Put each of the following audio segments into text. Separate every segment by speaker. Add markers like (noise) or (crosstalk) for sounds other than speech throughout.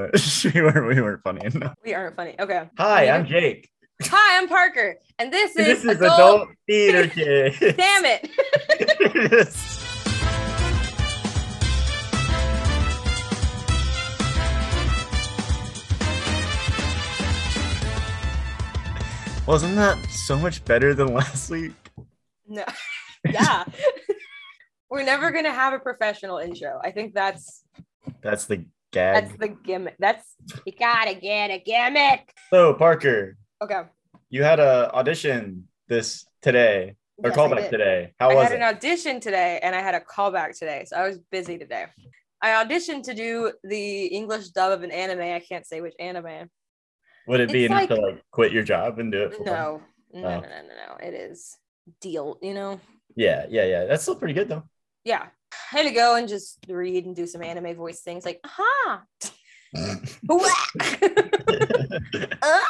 Speaker 1: (laughs) we weren't we weren't funny enough.
Speaker 2: We aren't funny.
Speaker 1: (laughs)
Speaker 2: Okay.
Speaker 1: Hi, I'm Jake.
Speaker 2: Hi, I'm Parker, and this is,
Speaker 1: This is adult theater kid.
Speaker 2: (laughs)
Speaker 1: (laughs)
Speaker 2: Damn it!
Speaker 1: Wasn't that so much better than last week? (laughs)
Speaker 2: No. yeah. We're never gonna have a professional intro. I think that's
Speaker 1: That's the gag.
Speaker 2: that's the gimmick. That's you gotta get a gimmick.
Speaker 1: so Parker,
Speaker 2: Okay.
Speaker 1: you had a audition this today or
Speaker 2: Yes, I
Speaker 1: callback
Speaker 2: did.
Speaker 1: today. How
Speaker 2: I
Speaker 1: was
Speaker 2: had
Speaker 1: it?
Speaker 2: an audition today and I had a callback today, so I was busy today. I auditioned to do the English dub of an anime. I can't say which anime.
Speaker 1: Would it be
Speaker 2: It's
Speaker 1: enough to
Speaker 2: like-
Speaker 1: like quit your job and do it? full-time?
Speaker 2: No, no,
Speaker 1: Oh.
Speaker 2: no, no, no, no. It is deal. You know.
Speaker 1: Yeah, yeah, yeah. That's still pretty good though.
Speaker 2: yeah i had to go and just read and do some anime voice things like aha (laughs) uh,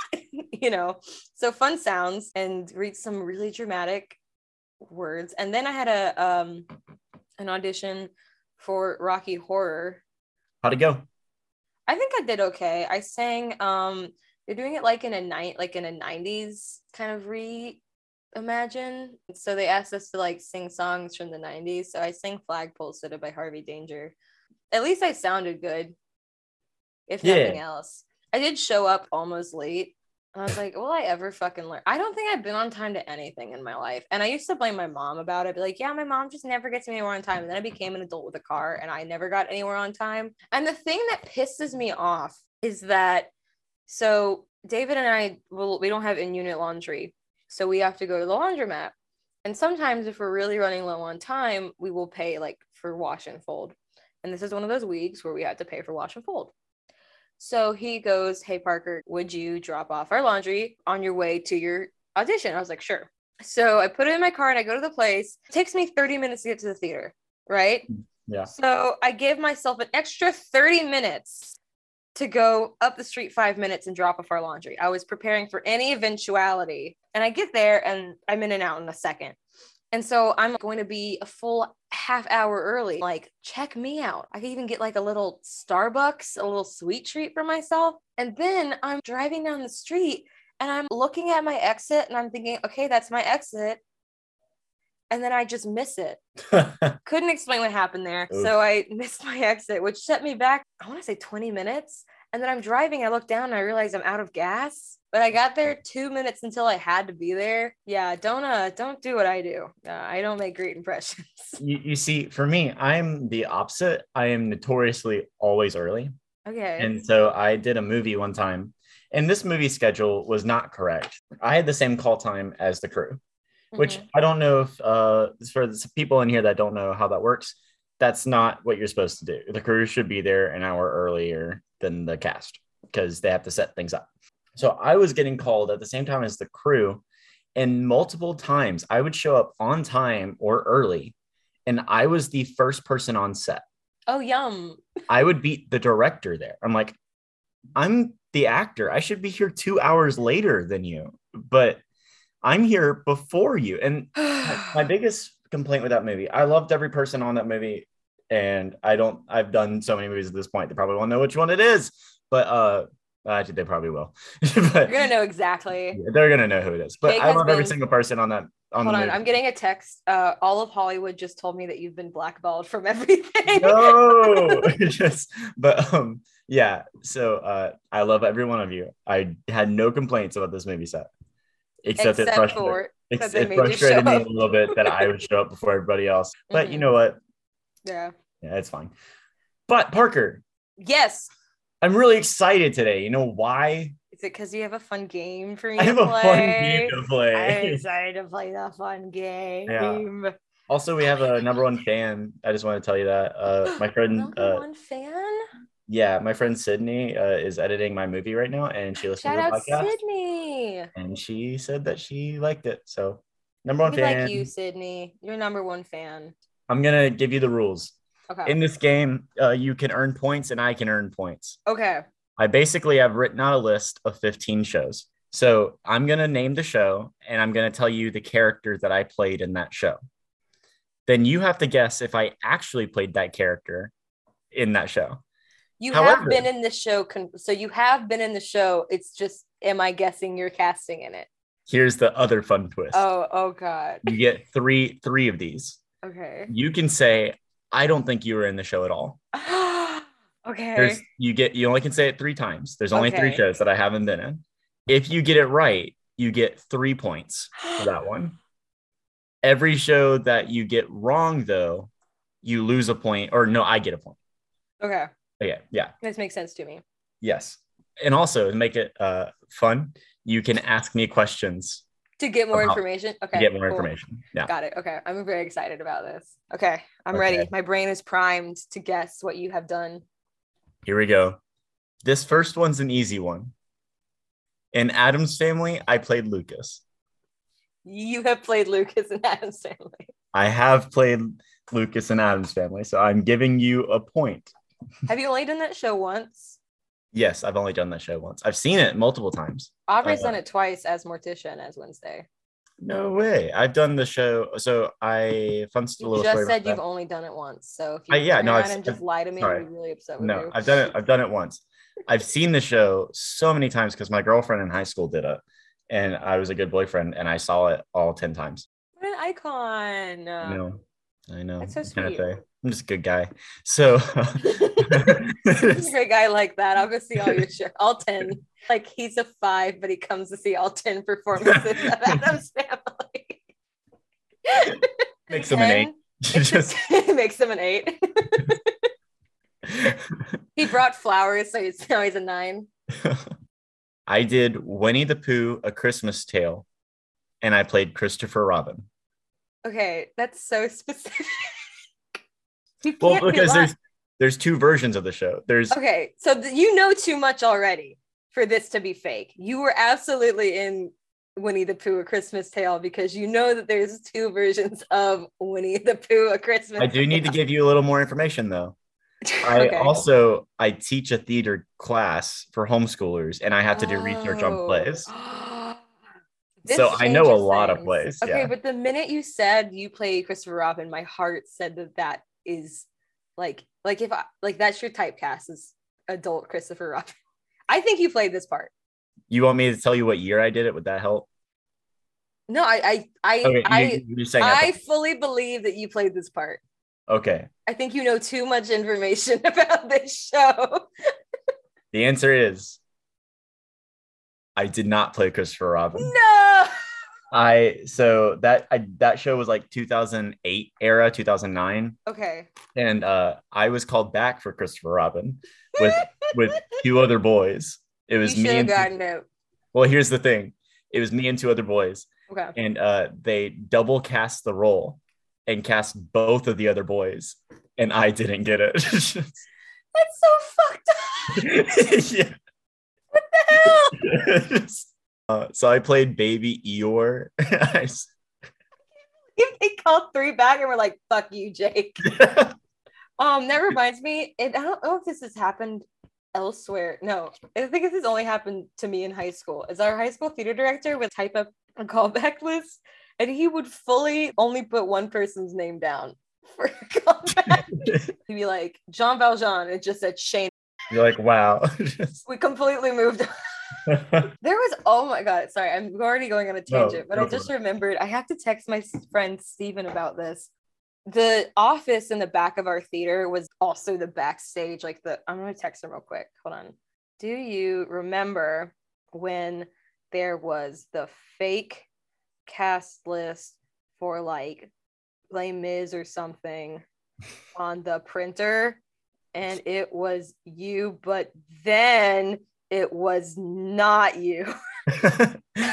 Speaker 2: you know so fun sounds and read some really dramatic words and then i had a um an audition for rocky horror
Speaker 1: How'd it go?
Speaker 2: i think i did okay i sang um they're doing it like in a night like in a 90s kind of reimagine so they asked us to like sing songs from the 90s so i sang flagpole stood up by harvey danger at least i sounded good if
Speaker 1: Yeah.
Speaker 2: nothing else i did show up almost late i was like will i ever fucking learn i don't think i've been on time to anything in my life and i used to blame my mom about it be like yeah my mom just never gets me anywhere on time and then i became an adult with a car and i never got anywhere on time and the thing that pisses me off is that so David and I will we don't have in unit laundry. So we have to go to the laundromat. And sometimes if we're really running low on time, we will pay like for wash and fold. And this is one of those weeks where we had to pay for wash and fold. So he goes, Hey Parker, would you drop off our laundry on your way to your audition? I was like, sure. So I put it in my car and I go to the place. It takes me 30 minutes to get to the theater, right?
Speaker 1: Yeah.
Speaker 2: So I give myself an extra 30 minutes to go up the street five minutes and drop off our laundry. I was preparing for any eventuality. And I get there and I'm in and out in a second. And so I'm going to be a full half hour early. Like, check me out. I could even get like a little Starbucks, a little sweet treat for myself. And then I'm driving down the street and I'm looking at my exit and I'm thinking, okay, that's my exit. And then I just miss it couldn't explain what happened there.
Speaker 1: Oof.
Speaker 2: So I (laughs) missed my exit, which set me back, I want to say 20 minutes. And then I'm driving, I look down and I realize I'm out of gas. But I got
Speaker 1: (laughs)
Speaker 2: there two minutes until I had to be there. Yeah, don't uh don't do what I do. Uh, I don't make great impressions. (laughs)
Speaker 1: you, you see, for me, I'm the opposite. I am notoriously always early.
Speaker 2: okay.
Speaker 1: And so I did a movie one time, and this movie schedule was not correct. I had the same call time as the crew, which
Speaker 2: Mhm.
Speaker 1: I don't know if, uh, for the people in here that don't know how that works, that's not what you're supposed to do. The crew should be there an hour earlier than the cast because they have to set things up. So I was getting called at the same time as the crew, and multiple times I would show up on time or early, and I was the first person on set.
Speaker 2: oh yum. (sighs)
Speaker 1: I would beat the director there. I'm like, I'm the actor. I should be here two hours later than you, but I'm here before you. And my biggest complaint with that movie, I loved every person on that movie. And I don't, I've done so many movies at this point, they probably won't know which one it is, but uh, actually, they probably will. (laughs) but
Speaker 2: You're gonna know exactly.
Speaker 1: yeah, they're gonna know who it is. But
Speaker 2: Jake
Speaker 1: I
Speaker 2: has
Speaker 1: love every
Speaker 2: been-
Speaker 1: single person on that. On
Speaker 2: Hold
Speaker 1: the
Speaker 2: on,
Speaker 1: movie.
Speaker 2: I'm getting a text. Uh, all of Hollywood just told me that you've been blackballed from (laughs) everything.
Speaker 1: (laughs) no (laughs) just but um yeah so uh i love every one of you i had no complaints about this movie set except, it,
Speaker 2: Except
Speaker 1: frustrated,
Speaker 2: for
Speaker 1: ex-
Speaker 2: they
Speaker 1: it
Speaker 2: made you
Speaker 1: frustrated
Speaker 2: show
Speaker 1: me
Speaker 2: up.
Speaker 1: a little bit that i would show up before everybody
Speaker 2: (laughs)
Speaker 1: else but you
Speaker 2: Mhm.
Speaker 1: know what
Speaker 2: yeah.
Speaker 1: yeah it's fine but parker
Speaker 2: Yes.
Speaker 1: i'm really excited today you know why
Speaker 2: Is it because you have a fun game for me?
Speaker 1: i have
Speaker 2: to
Speaker 1: a
Speaker 2: play?
Speaker 1: fun game to
Speaker 2: I'm
Speaker 1: play
Speaker 2: excited to play the fun game.
Speaker 1: (laughs) also we have a number one fan i just want to tell you that
Speaker 2: (gasps)
Speaker 1: uh my friend
Speaker 2: Number
Speaker 1: uh
Speaker 2: one fan.
Speaker 1: yeah my friend sydney uh, is editing my movie right now and she listens
Speaker 2: Shout
Speaker 1: to the
Speaker 2: out
Speaker 1: podcast
Speaker 2: Sydney.
Speaker 1: and she said that she liked it. So number one
Speaker 2: We
Speaker 1: fan.
Speaker 2: like you, Sydney. You're number one fan.
Speaker 1: I'm gonna give you the rules.
Speaker 2: Okay.
Speaker 1: In this game, uh, you can earn points and I can earn points.
Speaker 2: okay.
Speaker 1: I basically I've written out a list of 15 shows. So I'm gonna name the show and I'm gonna tell you the character that I played in that show. Then you have to guess if I actually played that character in that show.
Speaker 2: You
Speaker 1: However-
Speaker 2: have been in this show, con- so you have been in the show. It's just, am I guessing you're casting in it?
Speaker 1: Here's the other fun twist.
Speaker 2: Oh, oh God.
Speaker 1: You get three three of these.
Speaker 2: Okay.
Speaker 1: (laughs)
Speaker 2: (gasps)
Speaker 1: You can say, I don't think you were in the show at all. There's
Speaker 2: okay.
Speaker 1: you get you only can say it three times. There's only three
Speaker 2: Okay.
Speaker 1: shows that I haven't been in. If you get it right, you get three points for that one. Every show that you get wrong, though, you lose a point. Or no, I get a point.
Speaker 2: (gasps) Okay.
Speaker 1: Okay, yeah,
Speaker 2: This makes sense to me.
Speaker 1: yes. And also to make it uh, fun, you can ask me questions
Speaker 2: To get more
Speaker 1: Somehow.
Speaker 2: information. Okay.
Speaker 1: to get more
Speaker 2: cool.
Speaker 1: information. Yeah.
Speaker 2: Got it. Okay. I'm very excited about this. Okay. I'm
Speaker 1: Okay.
Speaker 2: ready. My brain is primed to guess what you have done.
Speaker 1: Here we go. This first one's an easy one. In Adam's family, I played Lucas.
Speaker 2: You have played Lucas and Adam Stanley.
Speaker 1: I have played Lucas and Adam's family, so I'm giving you a point.
Speaker 2: Have you only done that show once?
Speaker 1: Yes, I've only done that show once. I've seen it multiple times.
Speaker 2: Aubrey's
Speaker 1: Uh,
Speaker 2: done it twice as Morticia and as Wednesday.
Speaker 1: No way. I've done the show. So I fun
Speaker 2: You
Speaker 1: little
Speaker 2: just
Speaker 1: story about
Speaker 2: said you've
Speaker 1: that.
Speaker 2: only done it once. So if you
Speaker 1: Uh, yeah,
Speaker 2: turn
Speaker 1: no,
Speaker 2: around
Speaker 1: I've-
Speaker 2: and just lie to me,
Speaker 1: sorry.
Speaker 2: I'm really upset with
Speaker 1: No,
Speaker 2: you.
Speaker 1: I've done it. I've done it once. I've seen the show so many times because my girlfriend in high school did it, and I was a good boyfriend, and I saw it all ten times.
Speaker 2: What an icon.
Speaker 1: I (laughs) know. I know.
Speaker 2: That's so
Speaker 1: What can I
Speaker 2: sweet.
Speaker 1: say? I'm just a good guy.
Speaker 2: (laughs)
Speaker 1: So (laughs)
Speaker 2: He's a great guy like that. I'll go see
Speaker 1: (laughs)
Speaker 2: all your show, all 10. Like he's a five, but he comes to see all 10 performances
Speaker 1: (laughs)
Speaker 2: of Adam's family.
Speaker 1: Makes him
Speaker 2: (laughs)
Speaker 1: an eight. (laughs)
Speaker 2: It's
Speaker 1: just
Speaker 2: a- makes him an eight. (laughs) He brought flowers, so he's now he's a nine.
Speaker 1: I did Winnie the Pooh, A Christmas Tale, and I played Christopher Robin.
Speaker 2: Okay, that's so specific. (laughs) You
Speaker 1: Well,
Speaker 2: can't be
Speaker 1: because
Speaker 2: lying.
Speaker 1: there's there's two versions of the show. There's
Speaker 2: okay, so th- you know too much already for this to be fake. You were absolutely in Winnie the Pooh: A Christmas Tale because you know that there's two versions of Winnie the Pooh: A Christmas.
Speaker 1: I do need to give you a little more information
Speaker 2: (laughs)
Speaker 1: though. I
Speaker 2: Okay.
Speaker 1: also I teach a theater class for homeschoolers and I have to do research on
Speaker 2: Oh.
Speaker 1: plays.
Speaker 2: (gasps) This
Speaker 1: So I know a
Speaker 2: changes
Speaker 1: lot of
Speaker 2: things.
Speaker 1: plays,
Speaker 2: Okay,
Speaker 1: yeah.
Speaker 2: but the minute you said you play Christopher Robin, my heart said that that is like like if I, like that's your typecast is adult Christopher Robin. (laughs) I think you played this part.
Speaker 1: You want me to tell you what year I did it? Would that help?
Speaker 2: No, I I I
Speaker 1: Okay,
Speaker 2: I,
Speaker 1: you, you're saying I,
Speaker 2: I fully believe that you played this part.
Speaker 1: okay.
Speaker 2: I think you know too much information (laughs) about this show.
Speaker 1: The answer is I did not play Christopher Robin.
Speaker 2: No.
Speaker 1: I so that I, that show was like 2008 era 2009
Speaker 2: Okay.
Speaker 1: and uh I was called back for Christopher Robin with
Speaker 2: (laughs)
Speaker 1: with two other boys. It was
Speaker 2: you
Speaker 1: me
Speaker 2: should have
Speaker 1: and
Speaker 2: gotten it.
Speaker 1: well here's the thing. It was me and two other boys
Speaker 2: Okay.
Speaker 1: and uh they double cast the role and cast both of the other boys and I didn't get it. (laughs)
Speaker 2: That's so fucked up.
Speaker 1: yeah.
Speaker 2: What the hell?
Speaker 1: Uh, so I played baby Eeyore. (laughs) I s-
Speaker 2: if they called three back and were like, fuck you, Jake. Um, that reminds me, it, I don't know if this has happened elsewhere. No, I think this has only happened to me in high school. Is our high school theater director would type up a callback (laughs) list and he would fully only put one person's name down for a (laughs) callback. He'd be like, Jean Valjean. It just said Shane.
Speaker 1: You're like, wow. (laughs)
Speaker 2: We completely moved on. There was oh my god, sorry, I'm already going on a
Speaker 1: No,
Speaker 2: tangent, but
Speaker 1: go
Speaker 2: I
Speaker 1: for
Speaker 2: just remembered I have to text my s- friend Steven about this. The office in the back of our theater was also the backstage, like the I'm gonna text him real quick. Hold on. Do you remember when there was the fake cast list for like Les Mis
Speaker 1: (laughs)
Speaker 2: or something on the printer? And it was you, but then it was not you. (laughs)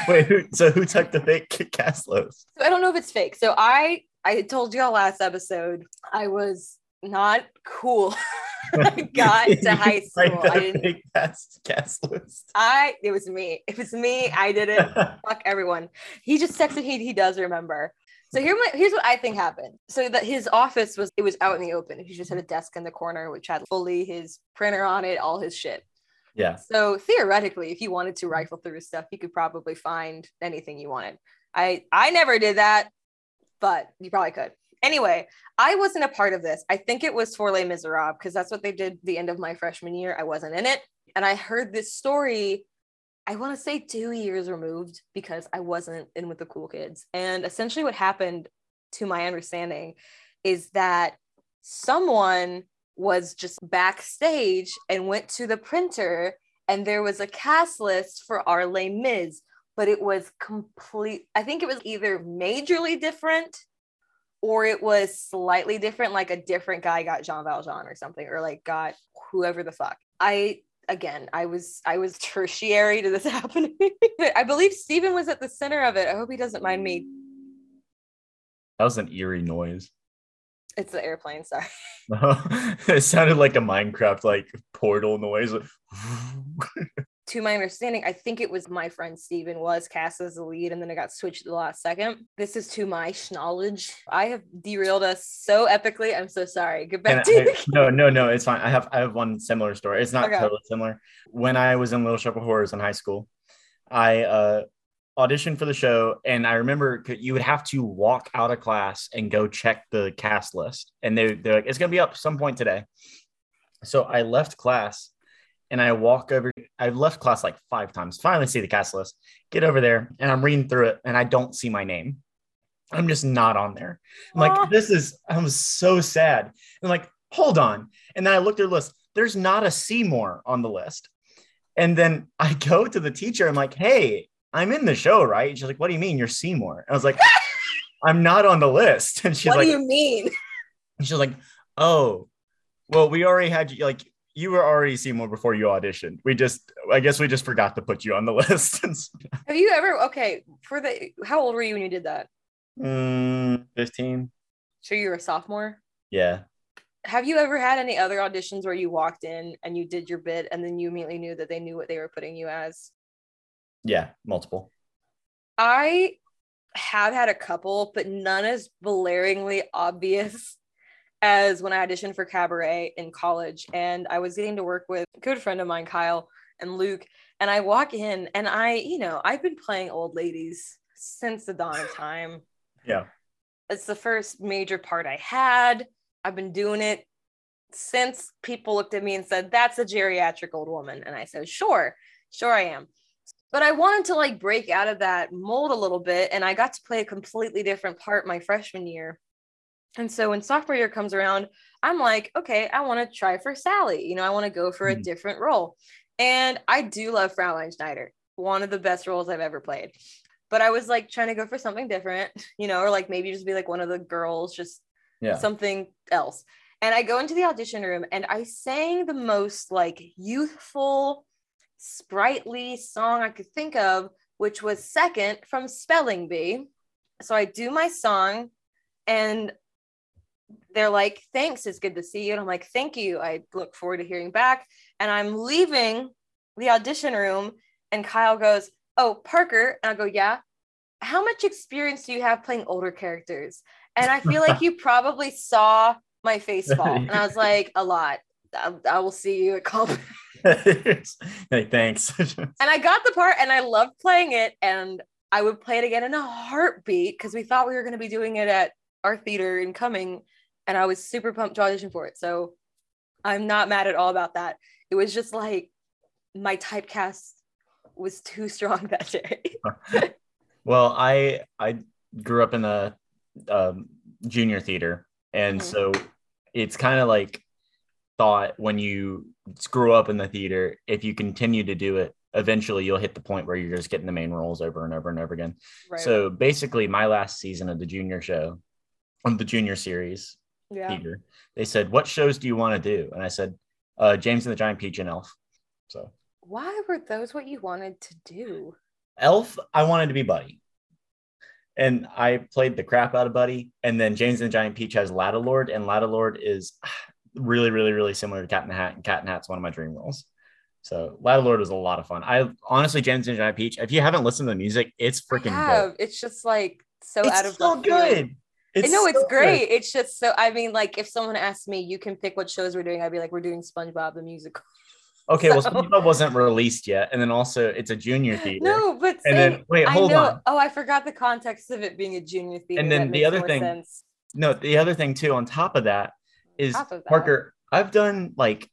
Speaker 1: Wait, who, so who took the fake Kit Caslos?
Speaker 2: So I don't know if it's fake. So I I told y'all last episode I was not cool. (laughs) I (laughs) got (laughs)
Speaker 1: (laughs)
Speaker 2: to high school. I didn't.
Speaker 1: fake cast, cast list. (laughs)
Speaker 2: I it was me. It was me. I did (laughs) it. Fuck everyone. He just texted. He he does remember. So here my, here's what I think happened. So that his office was it was out in the open. He just had a desk in the corner which had fully his printer on it, all his shit.
Speaker 1: yeah.
Speaker 2: So theoretically, if you wanted to rifle through stuff, you could probably find anything you wanted. I I never did that, but you probably could. Anyway, I wasn't a part of this. I think it was for Les Miserables because that's what they did the end of my freshman year. I wasn't in it. And I heard this story, I want to say two years removed because I wasn't in with the cool kids. And essentially, what happened to my understanding is that someone was just backstage and went to the printer and there was a cast list for our Les Mis, but it was complete. I think it was either majorly different or it was slightly different, like a different guy got Jean Valjean or something, or like got whoever the fuck. I again, I was I was tertiary to this (laughs) happening. I believe Steven was at the center of it. I hope he doesn't mind me.
Speaker 1: That was an eerie noise.
Speaker 2: It's the airplane, sorry.
Speaker 1: (laughs) it sounded like a Minecraft like portal noise.
Speaker 2: to my understanding, I think it was my friend Steven was cast as the lead and then it got switched at the last second. This is to my knowledge. I have derailed us so epically. I'm so sorry. Get
Speaker 1: (laughs) And
Speaker 2: back to (laughs)
Speaker 1: I- no, no, no, it's fine. I have I have one similar story. It's not
Speaker 2: Okay.
Speaker 1: totally similar. When I was in Little Shop of Horrors in high school, I uh, auditioned for the show, and I remember c- you would have to walk out of class and go check the cast list, and they they're like, it's gonna be up some point today. So I left class, and I walk over. I left class like five times. Finally, see the cast list. Get over there, and I'm reading through it, and I don't see my name. I'm just not on there. I'm
Speaker 2: Aw.
Speaker 1: like, this is. I'm so sad. And like, hold on. And then I looked at the list. There's not a Seymour on the list. And then I (laughs) go to the teacher. I'm like, hey, I'm in the show, right? And she's like, what do you mean you're Seymour? I was
Speaker 2: (laughs)
Speaker 1: like, I'm not on the list. (laughs) And she's
Speaker 2: what
Speaker 1: like,
Speaker 2: do you mean?
Speaker 1: and she's like, "Oh, well, we already had you. Like, you were already Seymour before you auditioned. We just, I guess, we just forgot to put you on the (laughs) list." And so-
Speaker 2: Have you ever okay, for the how old were you when you did that?
Speaker 1: Mm, Fifteen.
Speaker 2: So you were a sophomore?
Speaker 1: Yeah.
Speaker 2: Have you ever had any other auditions where you walked in and you did your bit and then you immediately knew that they knew what they were putting you as?
Speaker 1: Yeah. Multiple. (laughs)
Speaker 2: I have had a couple, but none as blaringly obvious (laughs) as when I auditioned for Cabaret in college. And I was getting to work with a good friend of mine, Kyle and Luke. And I walk in and I, you know, I've been playing old ladies since the dawn of time.
Speaker 1: Yeah.
Speaker 2: It's the first major part I had. I've been doing it since people looked at me and said, That's a geriatric old woman. And I said, Sure, sure I am but I wanted to like break out of that mold a little bit. And I got to play a completely different part my freshman year. And so when sophomore year comes around, I'm like, okay, I want to try for Sally. You know, I want to go for a
Speaker 1: Mhm.
Speaker 2: different role. And I do love Fraulein Schneider, one of the best roles I've ever played. But I was like trying to go for something different, (laughs) you know, or like maybe just be like one of the girls, just
Speaker 1: Yeah.
Speaker 2: something else. And I go into the audition room and I sang the most like youthful, sprightly song I could think of, which was second from Spelling Bee. So I do my song and they're like, thanks, it's good to see you. And I'm like, thank you. I look forward to hearing back. And I'm leaving the audition room and Kyle goes, oh, Parker. And I go, yeah. How much experience do you have playing older characters? And I feel like you probably saw my face fall. And I was like, a lot. I, I will see you at Culp.
Speaker 1: like, thanks. (laughs)
Speaker 2: And I got the part and I loved playing it. And I would play it again in a heartbeat because we thought we were going to be doing it at our theater in Cumming. And I was super pumped to audition for it. So I'm not mad at all about that. It was just like my typecast was too (laughs) strong that day.
Speaker 1: (laughs) well, I I grew up in a um, junior theater, and
Speaker 2: Mhm.
Speaker 1: so it's kind of like thought when you screw up in the theater, if you continue to do it, eventually you'll hit the point where you're just getting the main roles over and over and over again. So basically, my last season of the junior show, of the junior series,
Speaker 2: yeah.
Speaker 1: Peter, they said, "What shows do you want to do?" And I said, uh, "James and the Giant Peach and Elf." So
Speaker 2: Why were those what you wanted to do?
Speaker 1: Elf, I wanted to be Buddy, and I played the crap out of Buddy. And then James and the Giant Peach has Latalord, and Latalord is (sighs) really, really, really similar to Cat in the Hat, and Cat in the Hat's one of my dream roles. So Latalord was a lot of fun. I honestly, James and the Giant Peach. If you haven't listened to the music, it's freaking
Speaker 2: I
Speaker 1: dope.
Speaker 2: have. It's just like so
Speaker 1: it's
Speaker 2: out of
Speaker 1: so
Speaker 2: left field.
Speaker 1: good. It's
Speaker 2: no, it's
Speaker 1: so good.
Speaker 2: great. It's just so I mean, like if someone asked me, you can pick what shows we're doing, I'd be like, we're doing SpongeBob the musical.
Speaker 1: Okay, well,
Speaker 2: So-
Speaker 1: SpongeBob wasn't released yet, and then also it's a junior
Speaker 2: (laughs)
Speaker 1: theater.
Speaker 2: No, but
Speaker 1: and
Speaker 2: saying,
Speaker 1: then wait,
Speaker 2: I
Speaker 1: hold
Speaker 2: know.
Speaker 1: on.
Speaker 2: Oh, I forgot the context of it being a junior theater.
Speaker 1: And then
Speaker 2: That
Speaker 1: the
Speaker 2: makes
Speaker 1: other
Speaker 2: more
Speaker 1: thing-
Speaker 2: sense.
Speaker 1: no, the other thing too, on top of that, is
Speaker 2: Top of that.
Speaker 1: Parker, I've done like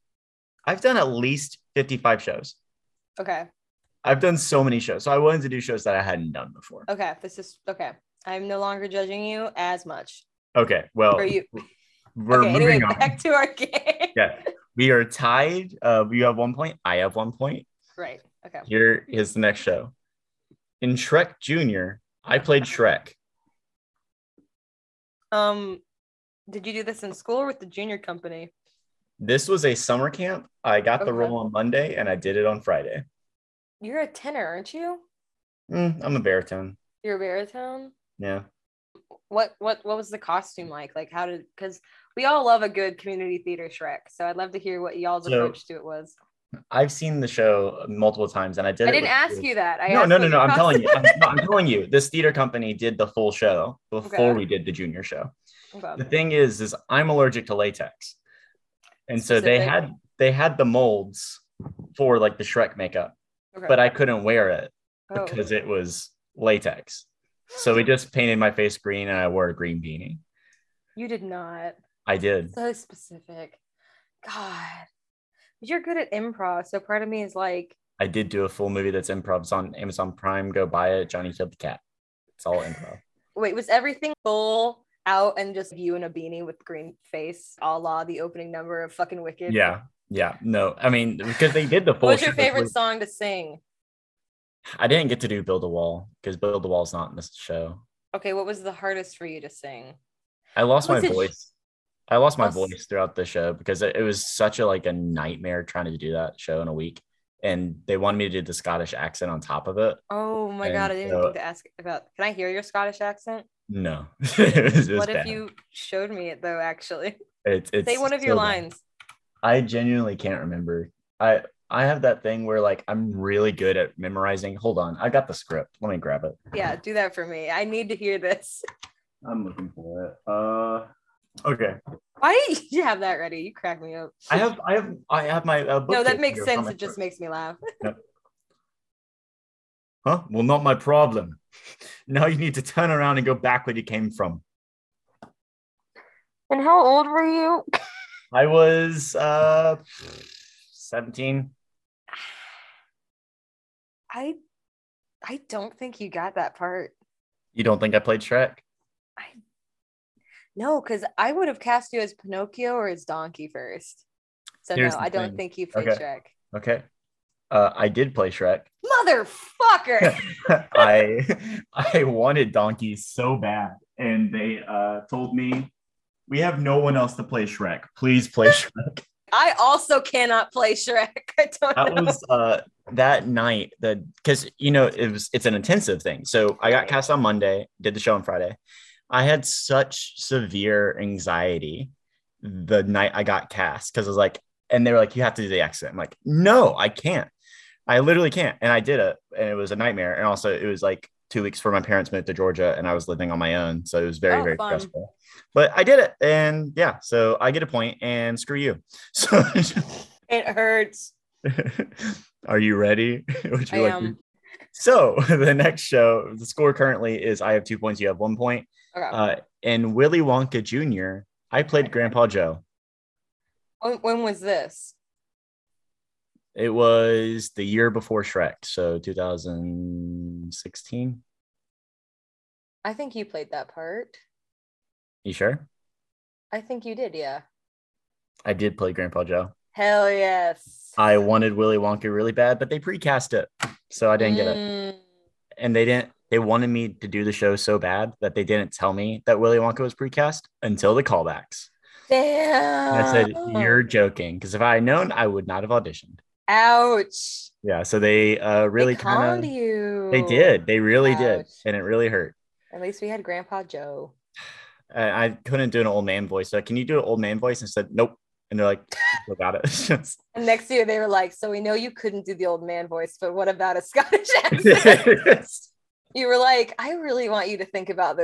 Speaker 1: I've done at least 55 shows.
Speaker 2: Okay.
Speaker 1: I've done so many shows. So I wanted to do shows that I hadn't done before.
Speaker 2: Okay. This is okay. I'm no longer judging you as much.
Speaker 1: Okay. Well,
Speaker 2: Are you
Speaker 1: Oh, we're
Speaker 2: okay?
Speaker 1: moving
Speaker 2: Anyway,
Speaker 1: on.
Speaker 2: back to our (laughs) game.
Speaker 1: Yeah. We are tied. Uh, you have one point. I have one point.
Speaker 2: Right. Okay.
Speaker 1: Here is the next show. In Shrek Jr., I played Shrek.
Speaker 2: Um, did you do this in school or with the junior company?
Speaker 1: This was a summer camp. I got the
Speaker 2: Okay.
Speaker 1: role on Monday and I did it on Friday.
Speaker 2: You're a tenor, aren't you?
Speaker 1: Mm, I'm a baritone.
Speaker 2: You're a baritone.
Speaker 1: Yeah.
Speaker 2: What what what was the costume like? Like how did because we all love a good community theater Shrek. So I'd love to hear what y'all's
Speaker 1: So-
Speaker 2: approach to it was.
Speaker 1: I've seen the show uh, multiple times and I did
Speaker 2: I
Speaker 1: it
Speaker 2: didn't
Speaker 1: with-
Speaker 2: ask you that. I
Speaker 1: no,
Speaker 2: asked
Speaker 1: no,
Speaker 2: what
Speaker 1: no,
Speaker 2: the
Speaker 1: no. I'm telling you.
Speaker 2: costume-
Speaker 1: I'm, no, I'm telling you. This theater company did the full show before
Speaker 2: Okay.
Speaker 1: we did the junior show.
Speaker 2: Okay.
Speaker 1: The (laughs) thing is, is I'm allergic to latex, and so they
Speaker 2: Specific.
Speaker 1: had they had the molds for like the Shrek makeup,
Speaker 2: Okay.
Speaker 1: but I couldn't wear it
Speaker 2: Oh.
Speaker 1: because it was latex. So we just painted my face green, and I wore a green beanie.
Speaker 2: you did not.
Speaker 1: I did.
Speaker 2: So specific. God. But you're good at improv. So part of me is like,
Speaker 1: I did do a full movie that's improv. It's on Amazon Prime. Go buy it. Johnny killed the cat. It's all improv.
Speaker 2: wait, was everything full out and just you in a beanie with green face, a la the opening number of fucking Wicked?
Speaker 1: Yeah, yeah. No, I mean because they did the full.
Speaker 2: (laughs) What was your
Speaker 1: show.
Speaker 2: favorite song to sing?
Speaker 1: I didn't get to do build a wall because build a wall's not in this show.
Speaker 2: Okay, what was the hardest for you to sing?
Speaker 1: I lost
Speaker 2: What
Speaker 1: my
Speaker 2: was it-
Speaker 1: voice. I lost my
Speaker 2: Us-
Speaker 1: voice throughout the show because it, it was such a like a nightmare trying to do that show in a week, and they wanted me to do the Scottish accent on top of it.
Speaker 2: Oh my
Speaker 1: And
Speaker 2: god, I didn't
Speaker 1: so-
Speaker 2: think to ask about. Can I hear your Scottish accent?
Speaker 1: No, (laughs) it was, it was
Speaker 2: What if
Speaker 1: bad.
Speaker 2: you showed me it though? Actually, (laughs)
Speaker 1: It's- it's
Speaker 2: say one of
Speaker 1: so
Speaker 2: your
Speaker 1: bad.
Speaker 2: lines.
Speaker 1: I genuinely can't remember. I I have that thing where like I'm really good at memorizing. Hold on, I got the script. Let me grab it.
Speaker 2: Yeah, do that for me. I need to hear this.
Speaker 1: I'm looking for it. Uh, okay.
Speaker 2: Why did (laughs) you have that ready? You crack me up.
Speaker 1: I have I have I have my uh,
Speaker 2: (laughs) No, that
Speaker 1: bookcase
Speaker 2: makes
Speaker 1: here for
Speaker 2: sense.
Speaker 1: my
Speaker 2: It just
Speaker 1: script.
Speaker 2: makes me laugh.
Speaker 1: Huh? Well, not my problem. (laughs) Now you need to turn around and go back where you came from.
Speaker 2: And how old were you?
Speaker 1: I was uh 17.
Speaker 2: I I don't think you got that part.
Speaker 1: You don't think I played Shrek?
Speaker 2: No, because I would have cast you as Pinocchio or as Donkey first. So
Speaker 1: Here's
Speaker 2: no,
Speaker 1: the
Speaker 2: I don't
Speaker 1: thing.
Speaker 2: think you played
Speaker 1: Okay.
Speaker 2: Shrek.
Speaker 1: Okay. Uh, I did play Shrek. (laughs)
Speaker 2: Motherfucker!
Speaker 1: I (laughs) I wanted Donkey so bad, and they uh, told me we have no one else to play Shrek. Please
Speaker 2: (laughs)
Speaker 1: play Shrek.
Speaker 2: I also cannot play Shrek. (laughs) I don't
Speaker 1: that
Speaker 2: know.
Speaker 1: was uh, that night. The because you know it was it's an intensive thing. So I got cast on Monday, did the show on Friday. I had such severe anxiety the night I got cast because I was like, and they were like, you have to do the accent. I'm like, no, I can't. I literally can't. And I did it, and it was a nightmare. And also, it was like two weeks before my parents moved to Georgia, and I was living on my own, so it was very,
Speaker 2: Oh,
Speaker 1: very
Speaker 2: fun.
Speaker 1: stressful. But I did it, and yeah, so I get a point, and screw you. (laughs) So,
Speaker 2: It hurts.
Speaker 1: (laughs) are you ready? Would you
Speaker 2: I
Speaker 1: like
Speaker 2: um, am.
Speaker 1: to- So (laughs) the next show, the score currently is I have two points, you have one point.
Speaker 2: Okay.
Speaker 1: Uh, in Willy Wonka Jr., I played Grandpa Joe.
Speaker 2: when, when was this?
Speaker 1: It was the year before Shrek, so 2016.
Speaker 2: I think you played that part.
Speaker 1: You sure?
Speaker 2: I think you did, yeah.
Speaker 1: I did play Grandpa Joe.
Speaker 2: Hell yes.
Speaker 1: I wanted Willy Wonka really bad, but they precast it, so I didn't get it.
Speaker 2: Mm,
Speaker 1: And they didn't. They wanted me to do the show so bad that they didn't tell me that Willy Wonka was precast until the callbacks. And
Speaker 2: Damn.
Speaker 1: I said, "You're joking," because if I had known, I would not have auditioned.
Speaker 2: Ouch.
Speaker 1: Yeah, so they uh, really
Speaker 2: they conned
Speaker 1: kind of
Speaker 2: you.
Speaker 1: they did. They really did,
Speaker 2: Ouch.
Speaker 1: and it really hurt.
Speaker 2: At least we had Grandpa Joe.
Speaker 1: and I couldn't do an old man voice. So can you do an old man voice? And I said, nope. And they're like, "We got it. (laughs)
Speaker 2: And next year they were like, so we know you couldn't do the old man voice, but what about
Speaker 1: (laughs)
Speaker 2: a Scottish accent?
Speaker 1: Please
Speaker 2: you were like, I really want you to think about the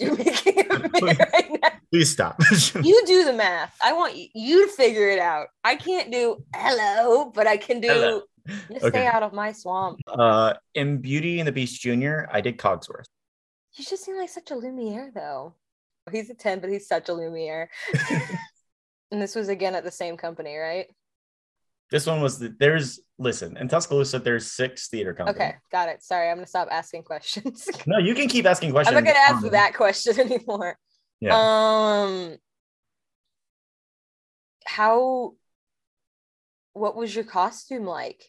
Speaker 1: (laughs)
Speaker 2: you're making of me (laughs) right now.
Speaker 1: stop.
Speaker 2: You do the math. I want y- you to figure it out. I can't do hello, but I can do
Speaker 1: Hello.
Speaker 2: just stay
Speaker 1: okay.
Speaker 2: out of my swamp.
Speaker 1: (laughs) Uh, in Beauty and the Beast Jr., I did Cogsworth.
Speaker 2: You just seem like such a Lumiere though. Oh, He's a 10, but he's such a (laughs) Lumiere. and this was again at the same company, right?
Speaker 1: This one was the, there's listen in Tuscaloosa there's six theater companies.
Speaker 2: Okay, got it. Sorry, I'm gonna stop asking questions. (laughs)
Speaker 1: No, you can keep asking
Speaker 2: I'm
Speaker 1: questions.
Speaker 2: not gonna ask
Speaker 1: Um,
Speaker 2: that question (laughs) anymore.
Speaker 1: Yeah.
Speaker 2: Um how what was your costume like?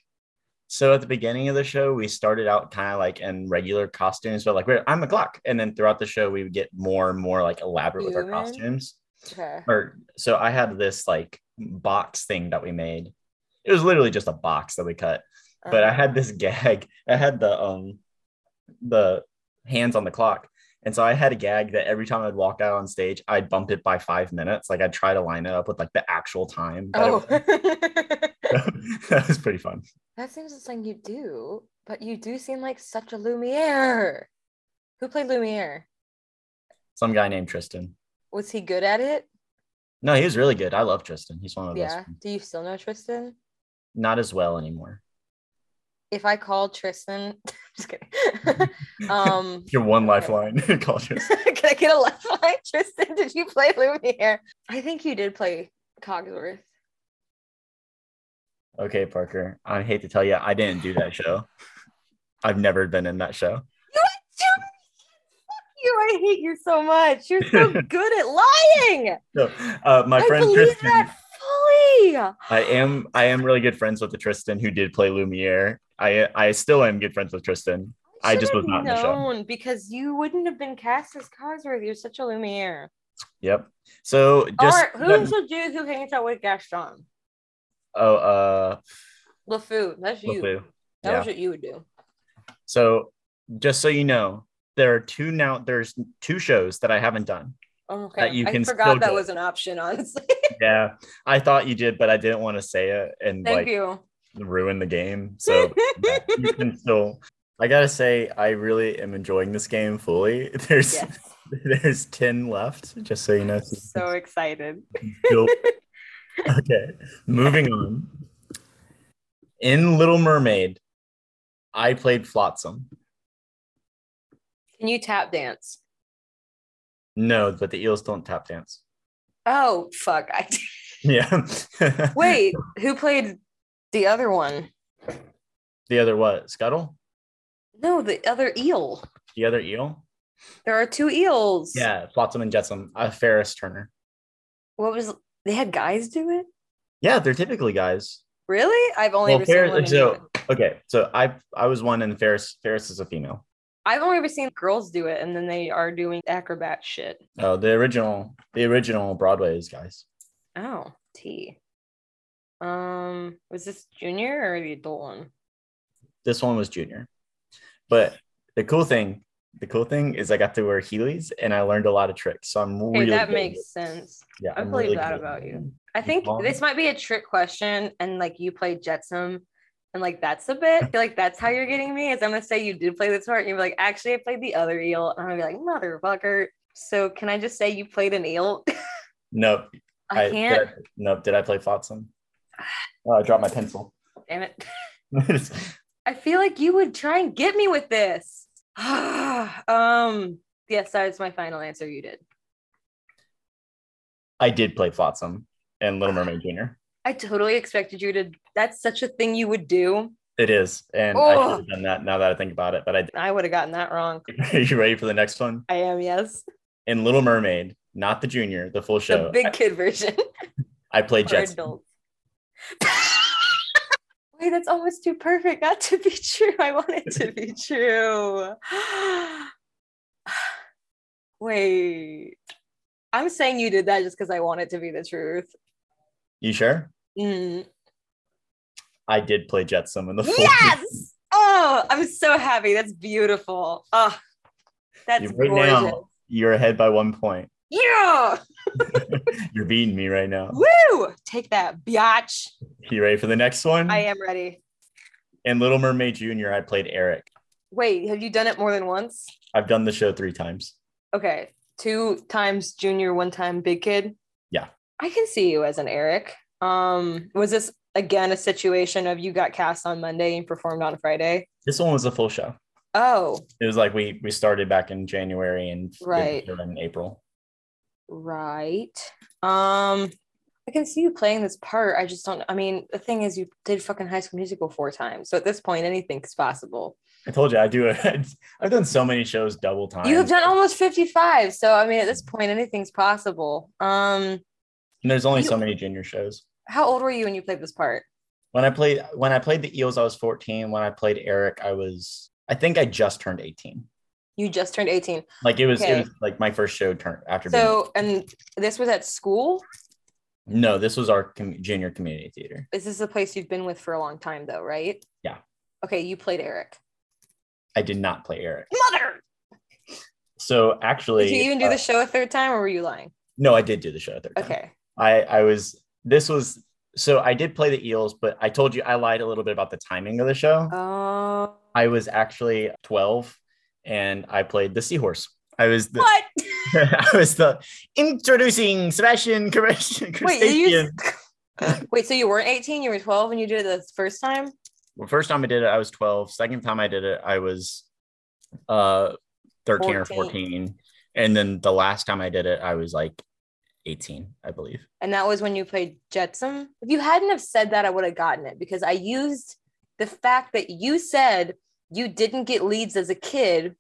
Speaker 1: so at the beginning of the show, we started out kind of like in regular costumes, but like we're, I'm a clock, and then throughout the show, we would get more and more like elaborate with our
Speaker 2: Human?
Speaker 1: costumes.
Speaker 2: Okay.
Speaker 1: Or so I had this like box thing that we made. It was literally just a box that we cut, but I
Speaker 2: Um,
Speaker 1: had this (laughs) gag. I had the um the hands on the clock. And so I had a gag that every time I'd walk out on stage, I'd bump it by five minutes. Like I'd try to line it up with like the actual time. that it
Speaker 2: Oh.
Speaker 1: was. (laughs) that was pretty fun.
Speaker 2: (laughs) that seems like something you do, but you do seem like such a Lumiere. Who played Lumiere?
Speaker 1: Some guy named Tristan.
Speaker 2: Was he good at it?
Speaker 1: No, he was really good. I love Tristan. He's one of those.
Speaker 2: Yeah. Do you still know Tristan?
Speaker 1: Not as well anymore. (laughs)
Speaker 2: If I called Tristan, (laughs) just
Speaker 1: (laughs)
Speaker 2: kidding. um, (laughs)
Speaker 1: Your one
Speaker 2: Okay.
Speaker 1: lifeline call
Speaker 2: (laughs)
Speaker 1: Tristan.
Speaker 2: Can I get a left line? (laughs) Tristan, did you play Lumiere? I think you did play Cogsworth.
Speaker 1: Okay, Parker. I hate to tell you, I didn't do that show. I've never been in that show.
Speaker 2: You had too many Fuck you. I hate you so much. You're so
Speaker 1: (laughs)
Speaker 2: good at lying.
Speaker 1: So, uh, my
Speaker 2: I
Speaker 1: friend
Speaker 2: believe
Speaker 1: Tristan.
Speaker 2: that fully.
Speaker 1: I am I am really good friends with the Tristan who did play Lumiere. I I still am good friends with Tristan. I just was
Speaker 2: should
Speaker 1: not
Speaker 2: have
Speaker 1: in the show.
Speaker 2: known because you wouldn't have been cast as Cogsworth. You're such a Lumiere.
Speaker 1: Yep. So
Speaker 2: All
Speaker 1: just
Speaker 2: right, who's the dude who hangs out with Gaston?
Speaker 1: oh uh
Speaker 2: LeFou. That's you.
Speaker 1: LeFou.
Speaker 2: That
Speaker 1: Yeah.
Speaker 2: was what you would do.
Speaker 1: So just so you know, there are two now there's two shows that I haven't done.
Speaker 2: Oh, okay.
Speaker 1: That you
Speaker 2: I
Speaker 1: can still
Speaker 2: forgot that
Speaker 1: do it.
Speaker 2: was an option, honestly. (laughs)
Speaker 1: Yeah. I thought you did, but I didn't want to say it and
Speaker 2: Thank
Speaker 1: like (laughs)
Speaker 2: you.
Speaker 1: ruin the game.
Speaker 2: (laughs)
Speaker 1: So yeah, you can still I gotta say I really am enjoying this game fully. (laughs) There's
Speaker 2: Yes.
Speaker 1: there's 10 left, just so you know.
Speaker 2: So excited. (laughs)
Speaker 1: Yo- okay, moving on. In Little Mermaid, I played Flotsam.
Speaker 2: Can you tap dance?
Speaker 1: No, but the eels don't tap dance. (laughs)
Speaker 2: Oh fuck! I
Speaker 1: Yeah.
Speaker 2: (laughs) wait. Who played the other one?
Speaker 1: The other what? Scuttle?
Speaker 2: No, the other eel.
Speaker 1: The other eel?
Speaker 2: There are two eels.
Speaker 1: Yeah, Flotsam and Jetsam. Uh, Ferris Turner.
Speaker 2: What was they had guys do it?
Speaker 1: Yeah, they're typically guys.
Speaker 2: Really? I've only
Speaker 1: Well,
Speaker 2: ever seen
Speaker 1: Ferris,
Speaker 2: women. do it.
Speaker 1: so, okay, so I I was one, and Ferris Ferris is a female.
Speaker 2: I've only ever seen girls do it, and then they are doing acrobat shit.
Speaker 1: Oh, the original the original Broadway is guys.
Speaker 2: Oh, T. Um, was this junior or the adult one?
Speaker 1: this one was junior. But the cool thing, the cool thing is I got to wear Heelys and I learned a lot of tricks. So I'm
Speaker 2: Okay,
Speaker 1: really
Speaker 2: that
Speaker 1: good.
Speaker 2: makes sense.
Speaker 1: yeah,
Speaker 2: I
Speaker 1: I'm
Speaker 2: believe
Speaker 1: really
Speaker 2: that
Speaker 1: good.
Speaker 2: about you. I think
Speaker 1: long.
Speaker 2: this might be a trick question, and like you played Jetsam, and like that's a bit. I feel like that's how you're getting me. Is I'm gonna say you did play this part, and you're like, actually, I played the other eel, and I'm gonna be like, motherfucker. So can I just say you played an eel? (laughs)
Speaker 1: Nope.
Speaker 2: I, can't.
Speaker 1: Did I, nope. Did I play Flotsam? Oh, I dropped my pencil. (laughs)
Speaker 2: Damn it. I feel like you would try and get me with this. (sighs) um. Yes, that is my final answer. You did.
Speaker 1: I did play Flotsam and Little Mermaid Junior.
Speaker 2: I totally expected you to. That's such a thing you would do.
Speaker 1: It is, and
Speaker 2: Oh.
Speaker 1: I should have done that now that I think about it. But I did.
Speaker 2: I would have gotten that wrong.
Speaker 1: Are (laughs) you ready for the next one?
Speaker 2: I am. Yes,
Speaker 1: In Little Mermaid, not the junior, the full show.
Speaker 2: the big kid version.
Speaker 1: I played
Speaker 2: for
Speaker 1: Jetsam.
Speaker 2: adults. (laughs) Wait, that's almost too perfect not to be true. I want it
Speaker 1: (laughs)
Speaker 2: to be true. Wait. I'm saying you did that just because I want it to be the truth.
Speaker 1: You sure?
Speaker 2: Mm.
Speaker 1: I did play Jetsam in the full.
Speaker 2: Yes! Oh, I'm so happy. That's beautiful. Oh, that's
Speaker 1: You- right
Speaker 2: gorgeous.
Speaker 1: now. Oh. You're ahead by one point.
Speaker 2: Yeah!
Speaker 1: You're beating me right now.
Speaker 2: Woo! Take that, biatch.
Speaker 1: You ready for the next one?
Speaker 2: I am ready.
Speaker 1: In Little Mermaid Junior, I played Eric.
Speaker 2: Wait, have you done it more than once?
Speaker 1: I've done the show three times.
Speaker 2: Okay. Two times junior, one time big kid.
Speaker 1: Yeah.
Speaker 2: I can see you as an Eric. Um, was this again a situation of you got cast on Monday and performed on Friday?
Speaker 1: This one was a full show.
Speaker 2: Oh,
Speaker 1: It was like we we started back in January and did the
Speaker 2: Right.
Speaker 1: show in April.
Speaker 2: Right. Um, I can see you playing this part. I just don't. I mean, the thing is, you did fucking High School Musical four times, so at this point, anything's possible.
Speaker 1: I told you I do it. (laughs) I've done so many shows double time.
Speaker 2: You have done almost fifty-five, so I mean, at this point, anything's possible. Um,
Speaker 1: and there's only so many junior shows.
Speaker 2: how old were you when you played this part?
Speaker 1: When I played when I played the Eels, I was 14. When I played Eric, I was I think I just turned 18.
Speaker 2: You just turned eighteen.
Speaker 1: Like it was,
Speaker 2: Okay.
Speaker 1: it was like my first show turn after
Speaker 2: So, and this was at school.
Speaker 1: being no, this was our com- junior community theater.
Speaker 2: This is the place you've been with for a long time, though, right?
Speaker 1: Yeah.
Speaker 2: Okay, you played Eric.
Speaker 1: I did not play Eric.
Speaker 2: Mother.
Speaker 1: So actually,
Speaker 2: Did you even do
Speaker 1: uh,
Speaker 2: the show a third time, or were you lying?
Speaker 1: no, I did do the show a third time.
Speaker 2: Okay.
Speaker 1: I I was this was so I did play the Eels, but I told you I lied a little bit about the timing of the show.
Speaker 2: Oh.
Speaker 1: I was actually 12 and I played the seahorse. I was the
Speaker 2: what?
Speaker 1: (laughs) I was the introducing Sebastian Christian.
Speaker 2: Wait, you (laughs) wait. So you weren't eighteen; you were twelve, and you did it the first time.
Speaker 1: Well, first time I did it, I was 12. Second time I did it, I was uh 13 or
Speaker 2: 14.
Speaker 1: 14. And then the last time I did it, I was like 18, I believe.
Speaker 2: and that was when you played Jetsam. If you hadn't have said that, I would have gotten it because I used the fact that you said you didn't get leads as a kid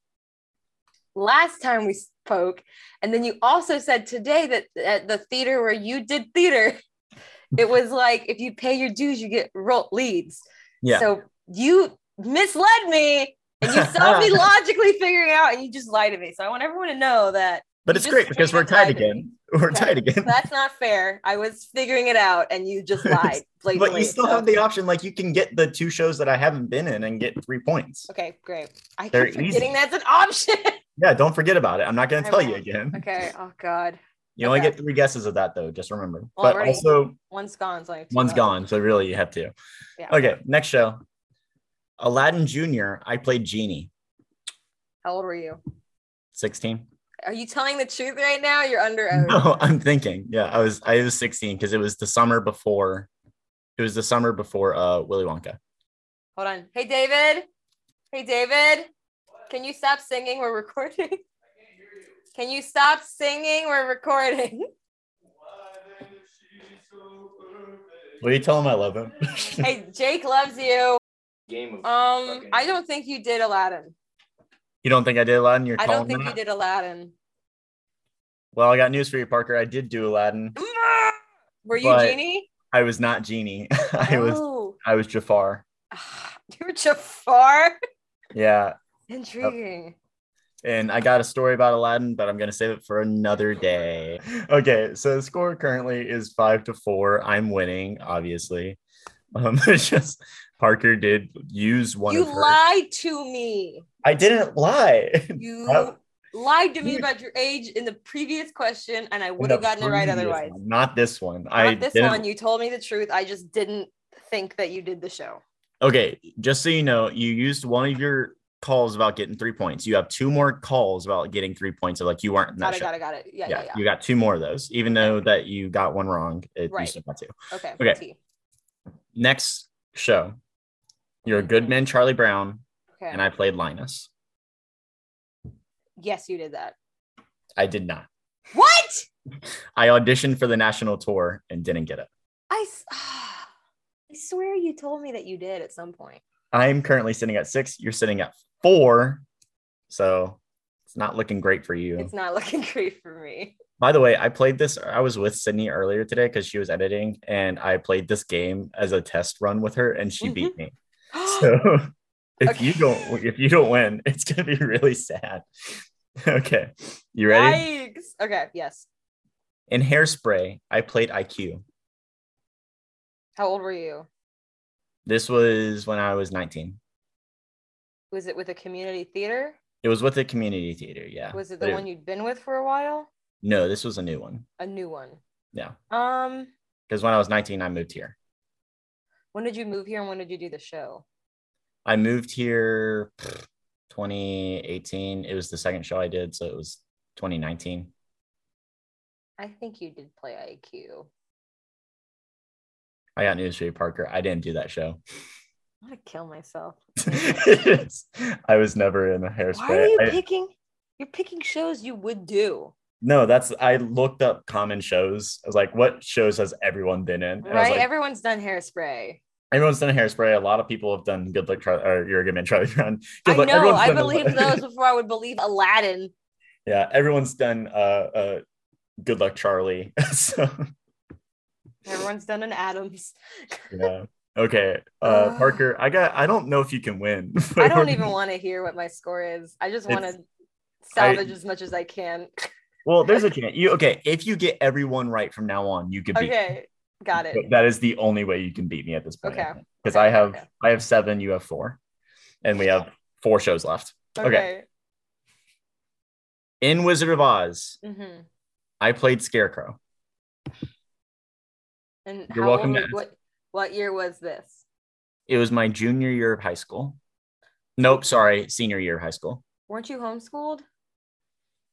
Speaker 2: last time we spoke, and then you also said today that at the theater where you did theater, it was like if you pay your dues, you get ro- leads.
Speaker 1: Yeah.
Speaker 2: So you misled me. And you saw
Speaker 1: (laughs)
Speaker 2: me logically figuring out, and you just lied to me. So I want everyone to know that
Speaker 1: but it's
Speaker 2: just
Speaker 1: great because we're
Speaker 2: straight
Speaker 1: tied
Speaker 2: up lied to
Speaker 1: again. We're
Speaker 2: Yeah.
Speaker 1: tied again.
Speaker 2: that's not fair. I was figuring it out, and you just lied.
Speaker 1: (laughs) But
Speaker 2: blatantly,
Speaker 1: you still
Speaker 2: so-
Speaker 1: have the option, like you can get the two shows that I haven't been in and get three points.
Speaker 2: Okay, great. I keep
Speaker 1: They're
Speaker 2: forgetting
Speaker 1: easy.
Speaker 2: that's an option. (laughs)
Speaker 1: Yeah, don't forget about it. I'm not going
Speaker 2: I
Speaker 1: to tell you
Speaker 2: won't.
Speaker 1: again.
Speaker 2: (laughs) okay. Oh God,
Speaker 1: You only
Speaker 2: Okay.
Speaker 1: get three guesses of that though. Just remember. But
Speaker 2: Alrighty.
Speaker 1: also,
Speaker 2: one's gone. So I have two
Speaker 1: one's
Speaker 2: left.
Speaker 1: gone, so really you have to.
Speaker 2: Yeah.
Speaker 1: Okay, next show. Aladdin Jr. I played Genie.
Speaker 2: How old were you? (laughs)
Speaker 1: 16.
Speaker 2: Are you telling the truth right now?
Speaker 1: (laughs)
Speaker 2: You're under oath.
Speaker 1: No, I'm thinking. Yeah, I was I was 16 because it was the summer before. It was the summer before uh Willy Wonka.
Speaker 2: Hold on. Hey, David. Hey, David. Can you stop singing? We're recording. Can you stop singing? We're recording. (laughs)
Speaker 1: Will you tell him I love him? (laughs)
Speaker 2: hey, Jake loves you.
Speaker 3: Game of
Speaker 2: Um, I don't think you did Aladdin.
Speaker 1: you don't think I did Aladdin? You're
Speaker 2: I
Speaker 1: calling
Speaker 2: don't think
Speaker 1: him
Speaker 2: you
Speaker 1: out? (laughs)
Speaker 2: did Aladdin.
Speaker 1: Well, I got news for you, Parker. I did do Aladdin.
Speaker 2: Were you
Speaker 1: But-
Speaker 2: Genie?
Speaker 1: I was not Genie. (laughs) I was
Speaker 2: Oh.
Speaker 1: I was Jafar.
Speaker 2: (sighs) You were Jafar.
Speaker 1: Yeah.
Speaker 2: Intriguing.
Speaker 1: And I got a story about Aladdin, but I'm gonna save it for another day. Okay, so the score currently is five to four. I'm winning, obviously. Um, (laughs) it's just Parker did use one
Speaker 2: You
Speaker 1: of her.
Speaker 2: lied to me.
Speaker 1: I didn't lie. (laughs)
Speaker 2: You
Speaker 1: Oh.
Speaker 2: lied to me
Speaker 1: You-
Speaker 2: about your age in the previous question, and I would have
Speaker 1: The
Speaker 2: gotten it right
Speaker 1: previous
Speaker 2: otherwise.
Speaker 1: one, not this one. I
Speaker 2: Not this
Speaker 1: didn't.
Speaker 2: one. You told me the truth. I just didn't think that you did the show.
Speaker 1: Okay, just so you know, you used one of your calls about getting three points. You have two more calls about getting three points. Of like you weren't in
Speaker 2: Got
Speaker 1: that
Speaker 2: it.
Speaker 1: show.
Speaker 2: Got it. Got it.
Speaker 1: yeah,
Speaker 2: Yeah. Yeah. Yeah.
Speaker 1: you got two more of those, even though that you got one wrong. It, You
Speaker 2: Right.
Speaker 1: still got two.
Speaker 2: Okay.
Speaker 1: Okay.
Speaker 2: T.
Speaker 1: Next show, you're a good
Speaker 2: Mm-hmm.
Speaker 1: man, Charlie Brown,
Speaker 2: Okay.
Speaker 1: and I played Linus.
Speaker 2: yes, you did that.
Speaker 1: I did not.
Speaker 2: What?
Speaker 1: I auditioned for the national tour and didn't get it.
Speaker 2: I. s- (sighs) I swear you told me that you did at some point.
Speaker 1: I'm currently sitting at six. You're sitting at four. So it's not looking great for you.
Speaker 2: It's not looking (laughs) great for me.
Speaker 1: By the way, I played this. I was with Sydney earlier today because she was editing, and I played this game as a test run with her, and she beat
Speaker 2: (gasps)
Speaker 1: me. So (laughs) if you
Speaker 2: Mm-hmm. Okay.
Speaker 1: don't, if you don't win, it's gonna be really sad. (laughs) Okay, you ready?
Speaker 2: (gasps) Yikes. Okay. Yes.
Speaker 1: In Hairspray, I played IQ.
Speaker 2: How old were you?
Speaker 1: This was when I was 19.
Speaker 2: Was it with a community theater?
Speaker 1: It was with the community theater. Yeah.
Speaker 2: Was it
Speaker 1: But
Speaker 2: the one you'd been with for a while?
Speaker 1: No, this was a new one
Speaker 2: A new one.
Speaker 1: Yeah.
Speaker 2: Um,
Speaker 1: because when I was 19, I moved here.
Speaker 2: when did you move here and when did you do the show?
Speaker 1: I moved here 2018. It was the second show I did, so it was 2019.
Speaker 2: I think you did play IQ.
Speaker 1: I got news for you, Parker. I didn't do that show. (laughs)
Speaker 2: I'm gonna kill myself.
Speaker 1: I was never in a
Speaker 2: Why are
Speaker 1: hairspray.
Speaker 2: you
Speaker 1: I,
Speaker 2: picking? You're picking shows you would do.
Speaker 1: No, that's I looked up common shows. I was like, what shows has everyone been in? And I was
Speaker 2: right?
Speaker 1: like,
Speaker 2: Everyone's done hairspray.
Speaker 1: everyone's done hairspray. A lot of people have done Good Luck Charlie or You're a Good Man Charlie Brown. (laughs) Good
Speaker 2: I
Speaker 1: Luck-
Speaker 2: know.
Speaker 1: everyone's
Speaker 2: I
Speaker 1: done a-
Speaker 2: believed those before I would believe Aladdin.
Speaker 1: (laughs) yeah, everyone's done uh uh Good Luck Charlie. (laughs) so
Speaker 2: Everyone's done
Speaker 1: (laughs)
Speaker 2: an Adams.
Speaker 1: yeah. Okay. Uh,
Speaker 2: Ugh.
Speaker 1: Parker, I got I don't know if you can win. (laughs)
Speaker 2: I don't even want to hear what my score is. I just want
Speaker 1: It's-
Speaker 2: to salvage as much as I can.
Speaker 1: (laughs) Well, there's
Speaker 2: (laughs)
Speaker 1: a chance. You okay, if you get everyone right from now on, you could beat
Speaker 2: Okay, got it.
Speaker 1: But that is the only way you can beat me at this point.
Speaker 2: Okay.
Speaker 1: Because
Speaker 2: Okay,
Speaker 1: I have
Speaker 2: okay.
Speaker 1: I have seven, you have four, and we have four shows left.
Speaker 2: Okay.
Speaker 1: okay. In Wizard of Oz,
Speaker 2: hmm
Speaker 1: I played Scarecrow.
Speaker 2: And
Speaker 1: You're
Speaker 2: how
Speaker 1: welcome
Speaker 2: old,
Speaker 1: to
Speaker 2: were-
Speaker 1: ask.
Speaker 2: what what year was this?
Speaker 1: It was my junior year of high school. Nope, sorry, senior year of high school.
Speaker 2: Weren't you homeschooled?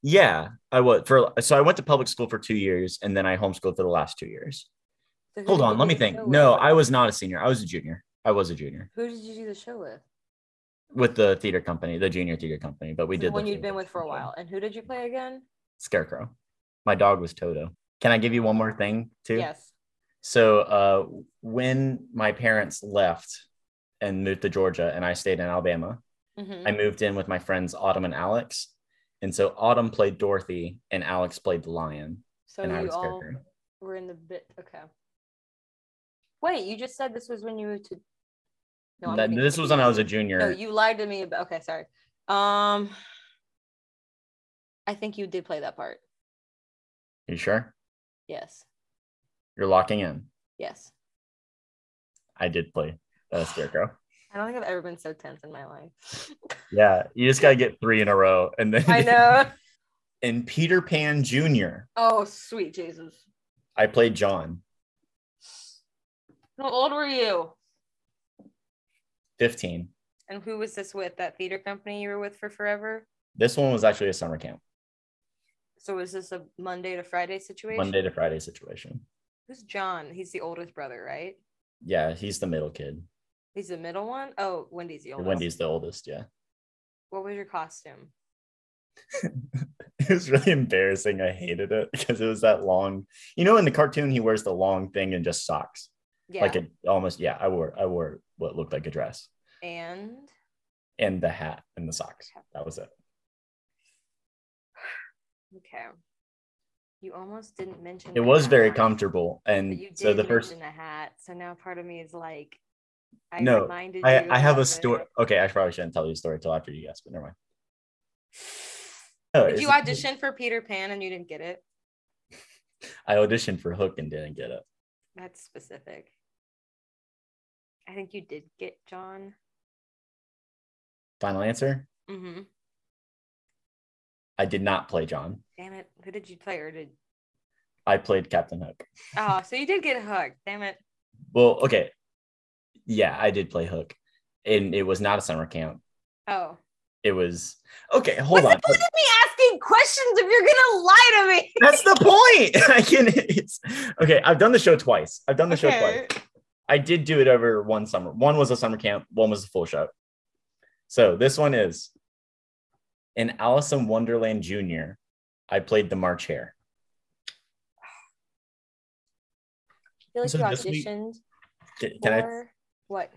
Speaker 1: Yeah, I was for so I went to public school for two years and then I homeschooled for the last two years.
Speaker 2: So who
Speaker 1: Hold
Speaker 2: did
Speaker 1: on,
Speaker 2: you
Speaker 1: let
Speaker 2: do
Speaker 1: me
Speaker 2: the show
Speaker 1: think.
Speaker 2: with?
Speaker 1: No, I was not a senior. I was a junior. I was a junior
Speaker 2: Who did you do the show with?
Speaker 1: with the theater company, the junior theater company. But we
Speaker 2: The
Speaker 1: did
Speaker 2: one
Speaker 1: the
Speaker 2: you'd
Speaker 1: theater
Speaker 2: been with for a
Speaker 1: company.
Speaker 2: while. And who did you play again?
Speaker 1: Scarecrow. My dog was Toto. Can I give you one more thing too?
Speaker 2: Yes.
Speaker 1: So uh, when my parents left and moved to Georgia, and I stayed in Alabama,
Speaker 2: Mhm.
Speaker 1: I moved in with my friends Autumn and Alex. And so Autumn played Dorothy, and Alex played the lion,
Speaker 2: So
Speaker 1: and I
Speaker 2: you
Speaker 1: was
Speaker 2: all
Speaker 1: Scarecrow.
Speaker 2: were in the bit. Okay. Wait, you just said this was when you moved to. I'm
Speaker 1: That-
Speaker 2: getting
Speaker 1: this was when I was a
Speaker 2: confused.
Speaker 1: junior.
Speaker 2: No, you lied to me about. Okay, sorry. Um, I think you did play that part.
Speaker 1: you sure?
Speaker 2: Yes.
Speaker 1: You're locking in.
Speaker 2: Yes.
Speaker 1: I did play uh,
Speaker 2: (sighs)
Speaker 1: Scarecrow.
Speaker 2: I don't think I've ever been so tense in my life. (laughs)
Speaker 1: Yeah, you just gotta get three in a row, and then
Speaker 2: I know.
Speaker 1: (laughs) in Peter Pan Junior,
Speaker 2: Oh, sweet Jesus.
Speaker 1: I played John,
Speaker 2: How old were you?
Speaker 1: fifteen.
Speaker 2: And who was this with? That theater company you were with for forever?
Speaker 1: This one was actually a summer camp,
Speaker 2: So was this a Monday to Friday situation?
Speaker 1: Monday to Friday situation.
Speaker 2: Who's John? He's the oldest brother, right?
Speaker 1: Yeah, he's the middle kid.
Speaker 2: He's the middle one. Oh, Wendy's the oldest.
Speaker 1: Wendy's the oldest. Yeah, (laughs)
Speaker 2: What was your costume?
Speaker 1: it was really embarrassing. I hated it (laughs) because it was that long. You know, in the cartoon, he wears the long thing and just socks.
Speaker 2: Yeah.
Speaker 1: Like it almost. Yeah, I wore I wore what looked like a dress
Speaker 2: and
Speaker 1: and the hat and the socks. That was it.
Speaker 2: okay. You almost didn't mention
Speaker 1: It
Speaker 2: the
Speaker 1: was
Speaker 2: hat,
Speaker 1: very comfortable,
Speaker 2: But
Speaker 1: and
Speaker 2: you did
Speaker 1: so the first
Speaker 2: mention a hat. So now part of me is like I
Speaker 1: No,
Speaker 2: reminded you
Speaker 1: I, I have
Speaker 2: about
Speaker 1: a
Speaker 2: it.
Speaker 1: story. Okay, I probably shouldn't tell you the story till after you guess, but never mind. (laughs) No,
Speaker 2: Did you
Speaker 1: it's-
Speaker 2: audition for Peter Pan and you didn't get it?
Speaker 1: I auditioned for Hook and didn't get it.
Speaker 2: That's specific. I think you did get John.
Speaker 1: Final answer:
Speaker 2: Mm-hmm.
Speaker 1: I did not play John.
Speaker 2: Damn it. Who did you play? Or did
Speaker 1: I played Captain Hook.
Speaker 2: oh, so you did get hooked. Damn it.
Speaker 1: Well, okay, yeah, I did play Hook, and it was not a summer camp.
Speaker 2: Oh.
Speaker 1: It was okay. Hold on,
Speaker 2: Look at me asking questions if you're gonna lie to me.
Speaker 1: (laughs) that's the point. (laughs) I can. It's, okay, I've done the show twice. I've done the show twice. I did do it over one summer. One was a summer camp, one was a full show. So this one is in Alice in Wonderland Jr., I played the March Hare.
Speaker 2: I feel like
Speaker 1: So
Speaker 2: you
Speaker 1: this week-
Speaker 2: auditioned
Speaker 1: Can,
Speaker 2: for
Speaker 1: can I?
Speaker 2: what?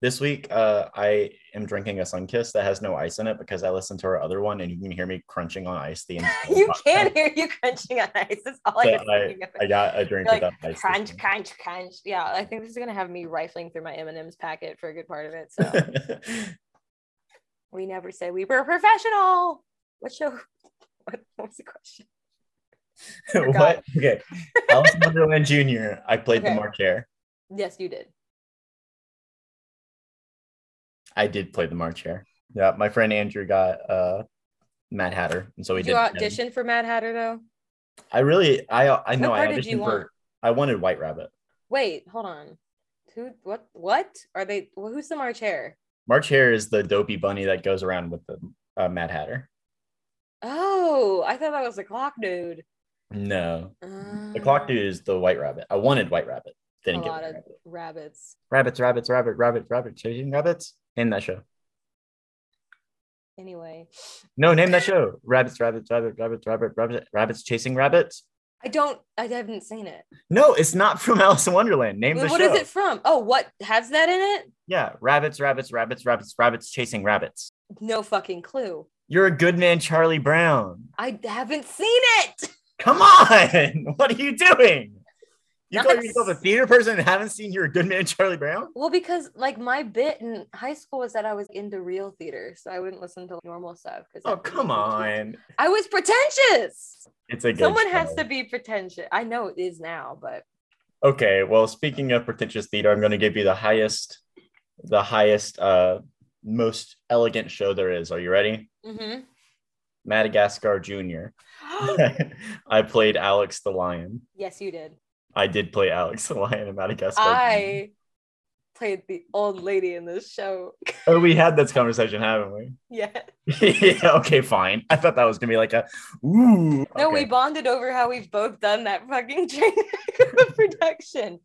Speaker 1: This week, uh, I am drinking a Sunkiss that has no ice in it because I listened to our other one and you can hear me crunching on ice
Speaker 2: (laughs)
Speaker 1: the entire
Speaker 2: You
Speaker 1: podcast.
Speaker 2: can hear you crunching on ice. That's all I
Speaker 1: But
Speaker 2: was thinking of.
Speaker 1: I got a drink
Speaker 2: You're
Speaker 1: without
Speaker 2: like
Speaker 1: ice.
Speaker 2: crunch, crunch, crunch. Yeah, I think this is gonna have me rifling through my M&M's packet for a good part of it.
Speaker 1: (laughs)
Speaker 2: So we never say we were professional. What show? (laughs) What, what was the question?
Speaker 1: what? Okay. Alice in Wonderland Jr., I played the
Speaker 2: Okay.
Speaker 1: March Hare.
Speaker 2: Yes, you did.
Speaker 1: I did play the March Hare. Yeah, my friend Andrew got uh Mad Hatter, and so we did
Speaker 2: Did you audition for Mad Hatter though?
Speaker 1: I really, I I know I
Speaker 2: part did you
Speaker 1: auditioned
Speaker 2: want?
Speaker 1: for. I wanted White Rabbit.
Speaker 2: Wait, hold on. Who? What? What are they? wh- Who's the March Hare?
Speaker 1: March Hare is the dopey bunny that goes around with the uh, Mad Hatter.
Speaker 2: Oh, I thought that was the clock dude.
Speaker 1: No,
Speaker 2: Um,
Speaker 1: the clock dude is the White Rabbit. I wanted White Rabbit. Didn't
Speaker 2: a
Speaker 1: get
Speaker 2: lot
Speaker 1: White
Speaker 2: of
Speaker 1: Rabbit.
Speaker 2: Uh, rabbits.
Speaker 1: rabbits, rabbits, rabbit, rabbit, rabbit, chasing rabbits in that show.
Speaker 2: Anyway,
Speaker 1: No, name that show. Rabbits, rabbits, rabbits, rabbits, rabbits, rabbits, rabbits chasing rabbits.
Speaker 2: I don't. I haven't seen it.
Speaker 1: No, it's not from (laughs) Alice in Wonderland. Name
Speaker 2: What
Speaker 1: the
Speaker 2: is
Speaker 1: show.
Speaker 2: it from? Oh, what has that in it?
Speaker 1: Yeah, rabbits, rabbits, rabbits, rabbits, rabbits chasing rabbits.
Speaker 2: No fucking clue.
Speaker 1: You're a good man, Charlie Brown.
Speaker 2: I haven't seen it.
Speaker 1: Come on, (laughs) what are you doing? You call
Speaker 2: Nice.
Speaker 1: yourself a theater person and haven't seen You're a Good Man, Charlie Brown?
Speaker 2: Well, because like my bit in high school was that I was into real theater, so I wouldn't listen to normal stuff. Because
Speaker 1: Oh,
Speaker 2: (laughs)
Speaker 1: come on.
Speaker 2: I was pretentious.
Speaker 1: It's a good
Speaker 2: Someone
Speaker 1: show.
Speaker 2: has to be pretentious. I know it is now, but
Speaker 1: Okay, well, speaking of pretentious theater, I'm going to give you the highest, the highest, uh, most elegant show there is. Are you ready?
Speaker 2: Mhm.
Speaker 1: Madagascar Jr. (laughs)
Speaker 2: Mm-hmm.
Speaker 1: I played Alex the Lion.
Speaker 2: (gasps) yes, you did.
Speaker 1: I did play Alex the Lion in Madagascar. Jr.
Speaker 2: I played the old lady in this show. (laughs)
Speaker 1: Oh, we had this conversation, haven't we? (laughs)
Speaker 2: yeah.
Speaker 1: yeah, okay, fine. I thought that was gonna be like a ooh.
Speaker 2: No, we
Speaker 1: okay.
Speaker 2: bonded over how we've both done that fucking (laughs) train production.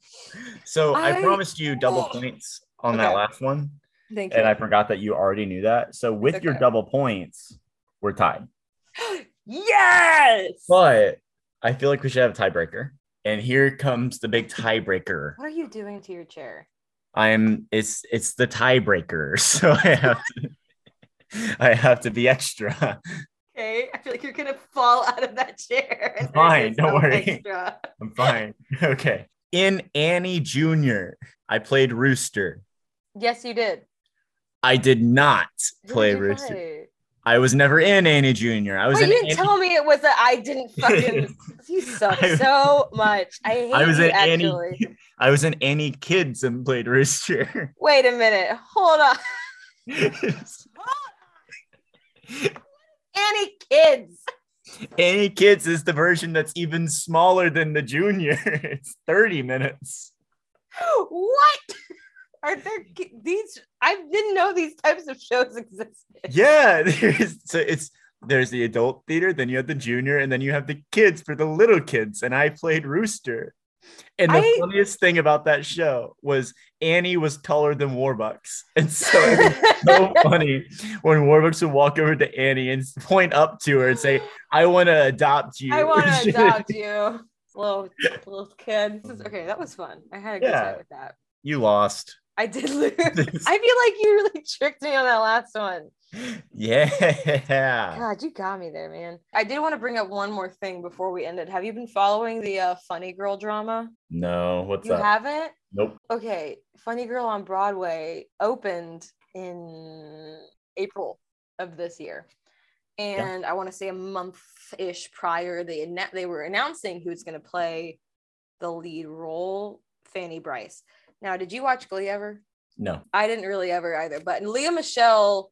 Speaker 1: So I,
Speaker 2: I-
Speaker 1: promised you double
Speaker 2: Oh.
Speaker 1: points on that
Speaker 2: Okay.
Speaker 1: last one,
Speaker 2: Thank you.
Speaker 1: and I forgot that you already knew that. So with your
Speaker 2: okay.
Speaker 1: double points, we're tied.
Speaker 2: yes.
Speaker 1: But I feel like we should have a tiebreaker. And here comes the big tiebreaker.
Speaker 2: What are you doing to your chair?
Speaker 1: I'm it's it's the tiebreaker. (laughs) So I have to, I have to be extra. (laughs)
Speaker 2: Okay, I feel like you're gonna fall out of that chair. (laughs) and there's
Speaker 1: Fine,
Speaker 2: just
Speaker 1: don't
Speaker 2: some
Speaker 1: worry.
Speaker 2: extra.
Speaker 1: I'm fine. (laughs) Okay. In Annie Jr., I played Rooster.
Speaker 2: Yes, you did.
Speaker 1: I did not
Speaker 2: Who
Speaker 1: play
Speaker 2: did you
Speaker 1: Rooster.
Speaker 2: play?
Speaker 1: I was never in Annie Jr. I was
Speaker 2: Wait, you
Speaker 1: in
Speaker 2: didn't
Speaker 1: Annie,
Speaker 2: tell me it was a. I didn't
Speaker 1: (laughs)
Speaker 2: fucking. (laughs) you suck so much. I hate
Speaker 1: I was
Speaker 2: you.
Speaker 1: in Annie-
Speaker 2: Actually,
Speaker 1: (laughs) I was in Annie Kids and played Rooster. (laughs)
Speaker 2: wait a minute. Hold on. Annie kids.
Speaker 1: Annie Kids is the version that's even smaller than the junior. (laughs) It's 30 minutes.
Speaker 2: What are there? ki- These I didn't know these types of shows existed.
Speaker 1: Yeah, (laughs) there's so it's there's the adult theater, then you have the junior, and then you have the kids for the little kids. And I played Rooster. And the
Speaker 2: I-
Speaker 1: funniest thing about that show was Annie was taller than Warbucks. (laughs) And so it was
Speaker 2: (laughs)
Speaker 1: so funny when Warbucks would walk over to Annie and point up to her and say, I want to adopt you. (laughs)
Speaker 2: I want to adopt you, little little kid. This is, okay, that was fun. I had a good
Speaker 1: Yeah.
Speaker 2: time with that.
Speaker 1: you lost.
Speaker 2: I
Speaker 1: (laughs)
Speaker 2: did lose. I feel like you really tricked me on that last one.
Speaker 1: yeah.
Speaker 2: God, you got me there, man. I did want to bring up one more thing before we ended. Have you been following the uh, Funny Girl drama?
Speaker 1: No, what's
Speaker 2: You
Speaker 1: up?
Speaker 2: haven't?
Speaker 1: nope.
Speaker 2: Okay, Funny Girl on Broadway opened in April of this year. And I want to say a month ish prior, they anna- they were announcing who's going to play the lead role, Fanny Bryce. Now, did you watch Glee ever?
Speaker 1: No.
Speaker 2: I didn't really ever either, but Leah Michelle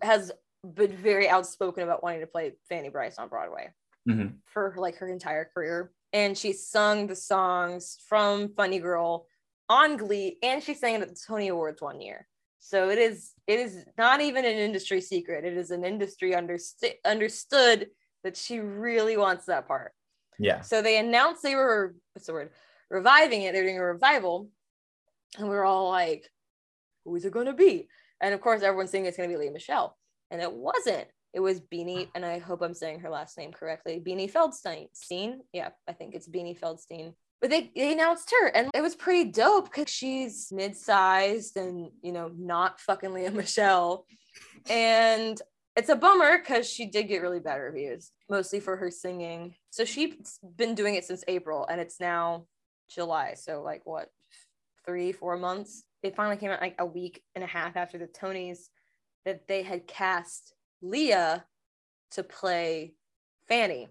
Speaker 2: has been very outspoken about wanting to play Fanny Bryce on Broadway
Speaker 1: Mhm.
Speaker 2: for like her entire career. And she sung the songs from Funny Girl on Glee, and she sang it at the Tony Awards one year. So it is it is not even an industry secret. It is an industry underst- understood that she really wants that part.
Speaker 1: Yeah.
Speaker 2: So they announced they were what's the word reviving it. They're doing a revival, and we were all like, "Who's it gonna be?" And of course, everyone's saying it's gonna be Leah Michelle, and it wasn't. It was Beanie, and I hope I'm saying her last name correctly. Beanie Feldstein. Steen? Yeah, I think it's Beanie Feldstein. But they, they announced her, and it was pretty dope because she's mid-sized and you know not fucking Leah Michelle, and it's a bummer because she did get really bad reviews, mostly for her singing. So she's been doing it since April and it's now July. So, like, what, three, four months? It finally came out like a week and a half after the Tonys that they had cast Leah to play Fanny,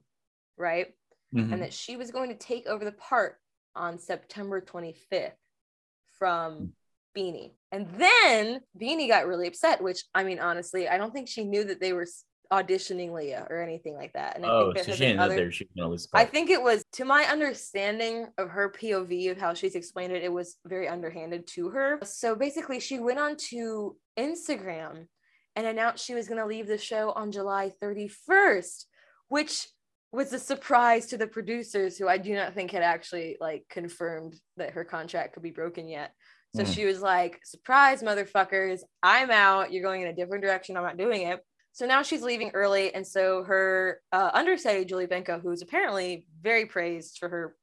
Speaker 2: right?
Speaker 1: Mhm.
Speaker 2: And that she was going to take over the part on September 25th
Speaker 1: Mm.
Speaker 2: from Beanie. And then Beanie got really upset, which I mean, honestly, I don't think she knew that they were s- auditioning Leah or anything like that. And I
Speaker 1: Oh,
Speaker 2: think that
Speaker 1: so
Speaker 2: had
Speaker 1: she
Speaker 2: been
Speaker 1: ended up
Speaker 2: other-
Speaker 1: there. She was going to lose the
Speaker 2: I
Speaker 1: part.
Speaker 2: think it was, to my understanding of her POV of how she's explained it, it was very underhanded to her. So basically, she went on to Instagram and announced she was going to leave the show on July 31st, which was a surprise to the producers, who I do not think had actually like confirmed that her contract could be broken yet. So
Speaker 1: Mm.
Speaker 2: she was like, surprise, motherfuckers, I'm out. You're going in a different direction. I'm not doing it. So now she's leaving early. And so her uh, understudy, Julie Benko, who's apparently very praised for her,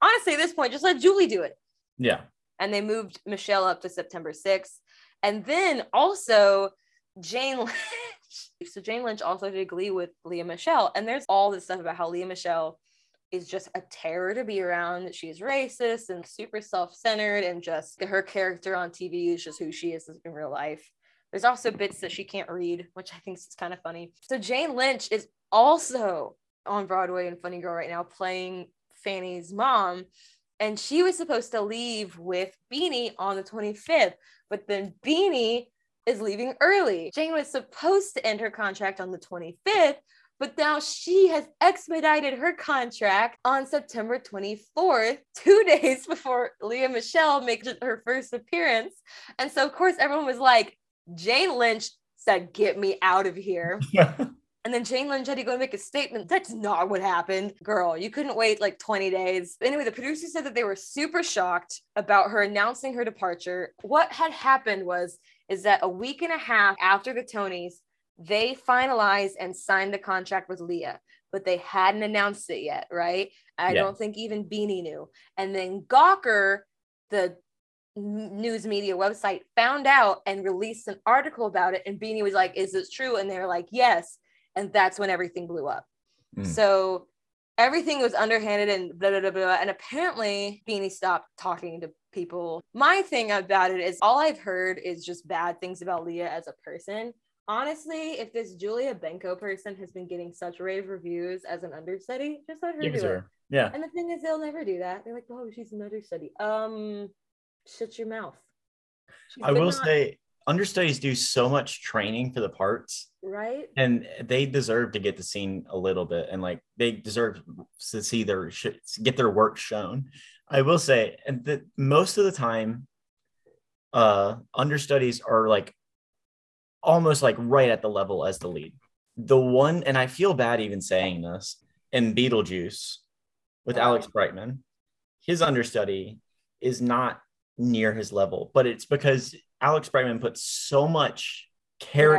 Speaker 2: honestly, at this point, just let Julie do it.
Speaker 1: Yeah.
Speaker 2: And they moved Michelle up to September 6th. And then also Jane Lynch. (laughs) So Jane Lynch also did Glee with Leah Michelle. And there's all this stuff about how Leah Michelle is just a terror to be around. She's racist and super self-centered and just her character on TV is just who she is in real life. There's also bits that she can't read, which I think is kind of funny. So Jane Lynch is also on Broadway and Funny Girl right now playing Fanny's mom. And she was supposed to leave with Beanie on the 25th, but then Beanie is leaving early. Jane was supposed to end her contract on the 25th, but now she has expedited her contract on September 24th, two (laughs) days before Leah Michelle makes her first appearance. And so, of course, everyone was like, Jane Lynch said, Get me out of here. And then Jane Lynch had to go make a statement. That's not what happened. Girl, you couldn't wait like 20 days. Anyway, the producer said that they were super shocked about her announcing her departure. What had happened was is that a week and a half after the Tonys, they finalized and signed the contract with Leah, but they hadn't announced it yet, right? I
Speaker 1: Yeah.
Speaker 2: don't think even Beanie knew. And then Gawker, the n- news media website, found out and released an article about it. And Beanie was like, Is this true? And they were like, Yes. And that's when everything blew up.
Speaker 1: Mm.
Speaker 2: So everything was underhanded and blah, blah, blah, blah. And apparently, Beanie stopped talking to people. My thing about it is all I've heard is just bad things about Leah as a person. Honestly, if this Julia Benko person has been getting such rave reviews as an understudy, just let her
Speaker 1: Give it
Speaker 2: do
Speaker 1: to
Speaker 2: it.
Speaker 1: her. Yeah.
Speaker 2: And the thing is, they'll never do that. They're like, "Oh, she's an understudy." Um, shut your mouth. She's
Speaker 1: I will
Speaker 2: not-
Speaker 1: say understudies do so much training for the parts
Speaker 2: right?
Speaker 1: and they deserve to get the scene a little bit and like they deserve to see their sh- get their work shown i will say and that most of the time uh understudies are like almost like right at the level as the lead the one and i feel bad even saying this in beetlejuice with alex brightman his understudy is not near his level but it's because alex brightman puts so much character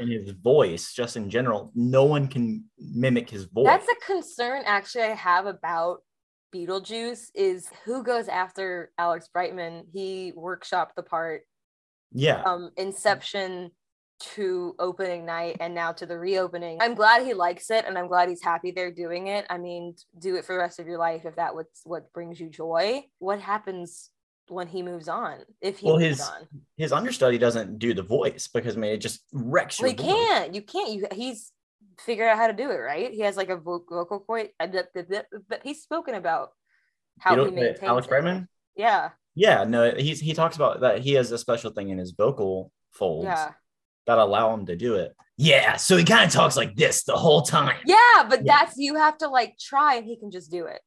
Speaker 2: Yeah.
Speaker 1: in his voice just in general no one can mimic his voice
Speaker 2: That's a concern actually I have about Beetlejuice is who goes after Alex Brightman. He workshopped the part
Speaker 1: yeah
Speaker 2: um Inception to opening night and now to the reopening. I'm glad he likes it and I'm glad he's happy they're doing it. I mean, do it for the rest of your life if that what's what brings you joy. What happens when he moves on? If he
Speaker 1: Well,
Speaker 2: moves
Speaker 1: his-
Speaker 2: on.
Speaker 1: his understudy doesn't do the voice because I mean it just wrecks your
Speaker 2: Well, you
Speaker 1: voice.
Speaker 2: can't. You can't. You he's figured out how to do it, right? He has like a vo- vocal cord, uh, but he's spoken about how
Speaker 1: You know,
Speaker 2: he maintains.
Speaker 1: Alex
Speaker 2: it.
Speaker 1: Brightman
Speaker 2: Yeah,
Speaker 1: yeah no he's he talks about that he has a special thing in his vocal folds
Speaker 2: yeah,
Speaker 1: that allow him to do it yeah so he kind of talks like this the whole time
Speaker 2: yeah. But
Speaker 1: Yeah.
Speaker 2: that's you have to like try, and he can just do
Speaker 1: (laughs)
Speaker 2: it.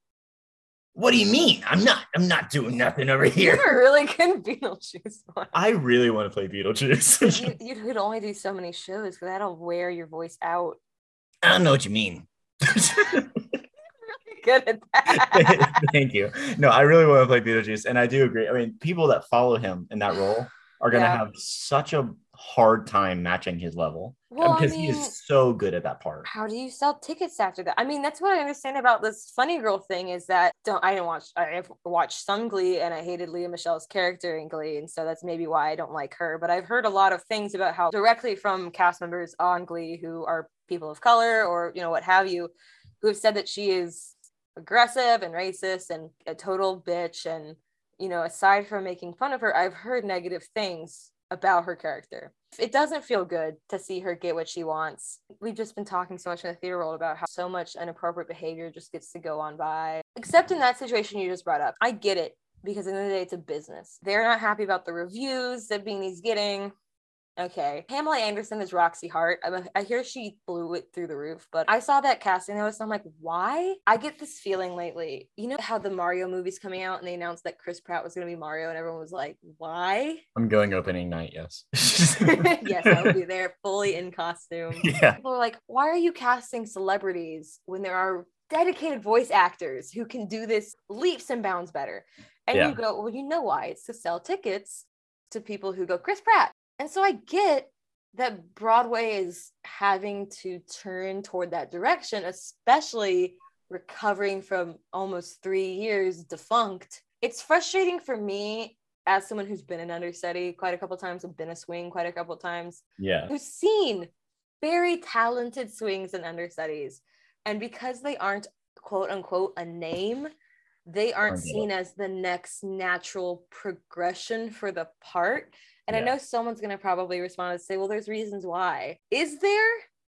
Speaker 1: what do you mean i'm not i'm not doing nothing over
Speaker 2: You (laughs)
Speaker 1: here
Speaker 2: were really good Beetlejuice
Speaker 1: (laughs)
Speaker 2: one.
Speaker 1: i really want to play beetlejuice (laughs)
Speaker 2: You, you could only do so many shows because that'll wear your voice out. (laughs)
Speaker 1: i don't know what you mean (laughs)
Speaker 2: Good at
Speaker 1: (laughs)
Speaker 2: that.
Speaker 1: Thank you. No, I really want to play Beetlejuice, and I do agree. I mean, people that follow him in that role are going to
Speaker 2: Yeah.
Speaker 1: have such a hard time matching his level
Speaker 2: well, I
Speaker 1: because he
Speaker 2: mean,
Speaker 1: is so good at that part.
Speaker 2: how do you sell tickets after that? I mean, that's what I understand about this funny girl thing is that don't I didn't watch I have watched some Glee and I hated Leah Michelle's character in Glee, and so that's maybe why I don't like her. But I've heard a lot of things about how directly from cast members on Glee who are people of color or you know what have you, who have said that she is aggressive and racist and a total bitch and you know aside from making fun of her i've heard negative things about her character it doesn't feel good to see her get what she wants we've just been talking so much in the theater world about how so much inappropriate behavior just gets to go on by except in that situation you just brought up i get it because at the end of the day it's a business they're not happy about the reviews that beanie's getting Okay. Pamela Anderson is Roxy Hart. I, I hear she blew it through the roof, but I saw that casting notice. And I'm like, why? I get this feeling lately. You know how the Mario movie's coming out and they announced that Chris Pratt was going to be Mario, and everyone was like, why?
Speaker 1: I'm going opening night. (laughs) Yes.
Speaker 2: (laughs) yes, I will be there fully in costume.
Speaker 1: Yeah.
Speaker 2: People are like, why are you casting celebrities when there are dedicated voice actors who can do this leaps and bounds better? And
Speaker 1: Yeah.
Speaker 2: you go, well, you know why? It's to sell tickets to people who go, Chris Pratt. And so I get that Broadway is having to turn toward that direction, especially recovering from almost three years defunct. It's frustrating for me as someone who's been an understudy quite a couple times and been a swing quite a couple times
Speaker 1: Yeah.
Speaker 2: who's seen very talented swings and understudies. And because they aren't quote unquote a name, they aren't
Speaker 1: Aren't
Speaker 2: seen as the next natural progression for the part. And I
Speaker 1: Yeah.
Speaker 2: know someone's going to probably respond and say, well, there's reasons why. Is there?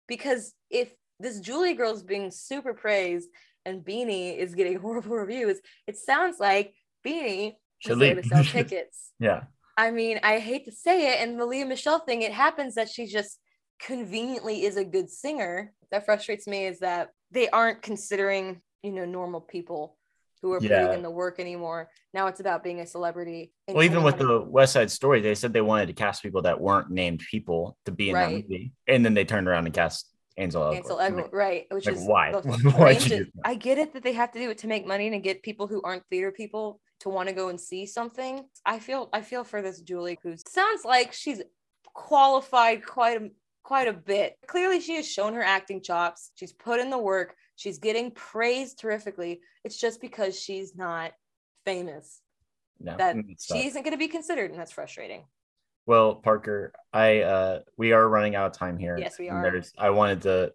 Speaker 2: Because if this Julie girl's being super praised and Beanie is getting (laughs) horrible reviews, it sounds like Beanie
Speaker 1: Should
Speaker 2: was there to
Speaker 1: leave. (laughs)
Speaker 2: sell tickets.
Speaker 1: Yeah.
Speaker 2: I mean, I hate to say it, and the Leah Michelle thing, it happens that she just conveniently is a good singer. That frustrates me is that they aren't considering, you know, normal people who are
Speaker 1: Yeah.
Speaker 2: putting in the work anymore. Now it's about being a celebrity. and
Speaker 1: Well, even
Speaker 2: coming
Speaker 1: with
Speaker 2: out of-
Speaker 1: the West Side Story, they said they wanted to cast people that weren't named people to be in that
Speaker 2: Right.
Speaker 1: movie, and then they turned around and cast Ansel Elgort.
Speaker 2: Ansel
Speaker 1: I'm
Speaker 2: Elgort,
Speaker 1: like,
Speaker 2: right? Which
Speaker 1: like,
Speaker 2: is
Speaker 1: why? (laughs)
Speaker 2: the
Speaker 1: Why'd you do
Speaker 2: strangest-
Speaker 1: that?
Speaker 2: I get it that they have to do it to make money and to get people who aren't theater people to want to go and see something. I feel I feel for this Julie who sounds like she's qualified quite a quite a bit. Clearly, she has shown her acting chops. She's put in the work. She's getting praised terrifically. It's just because she's not famous
Speaker 1: No,
Speaker 2: that
Speaker 1: mm, it's not.
Speaker 2: she isn't going to be considered, and that's frustrating.
Speaker 1: Well, Parker, I uh we are running out of time here.
Speaker 2: Yes, we
Speaker 1: And
Speaker 2: are.
Speaker 1: There's I wanted to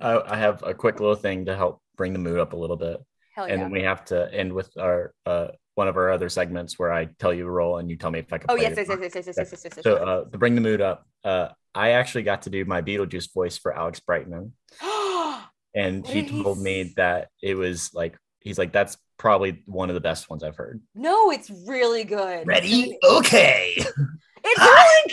Speaker 1: I, I have a quick little thing to help bring the mood up a little bit.
Speaker 2: Hell
Speaker 1: and
Speaker 2: Oh, yeah!
Speaker 1: then we have to end with our uh one of our other segments where I tell you a role and you tell me if I can
Speaker 2: Oh
Speaker 1: play
Speaker 2: yes,
Speaker 1: it or
Speaker 2: yes,
Speaker 1: not.
Speaker 2: yes, yes, yes, yes, yes, yes, yes, yes.
Speaker 1: So uh to bring the mood up, uh I actually got to do my Beetlejuice voice for Alex Brightman uh and
Speaker 2: What
Speaker 1: he
Speaker 2: did he
Speaker 1: told
Speaker 2: s-
Speaker 1: me that it was like he's like that's probably one of the best ones I've heard.
Speaker 2: (gasps) no, it's really good.
Speaker 1: Ready? Okay. (laughs)
Speaker 2: It's
Speaker 1: Ah!
Speaker 2: really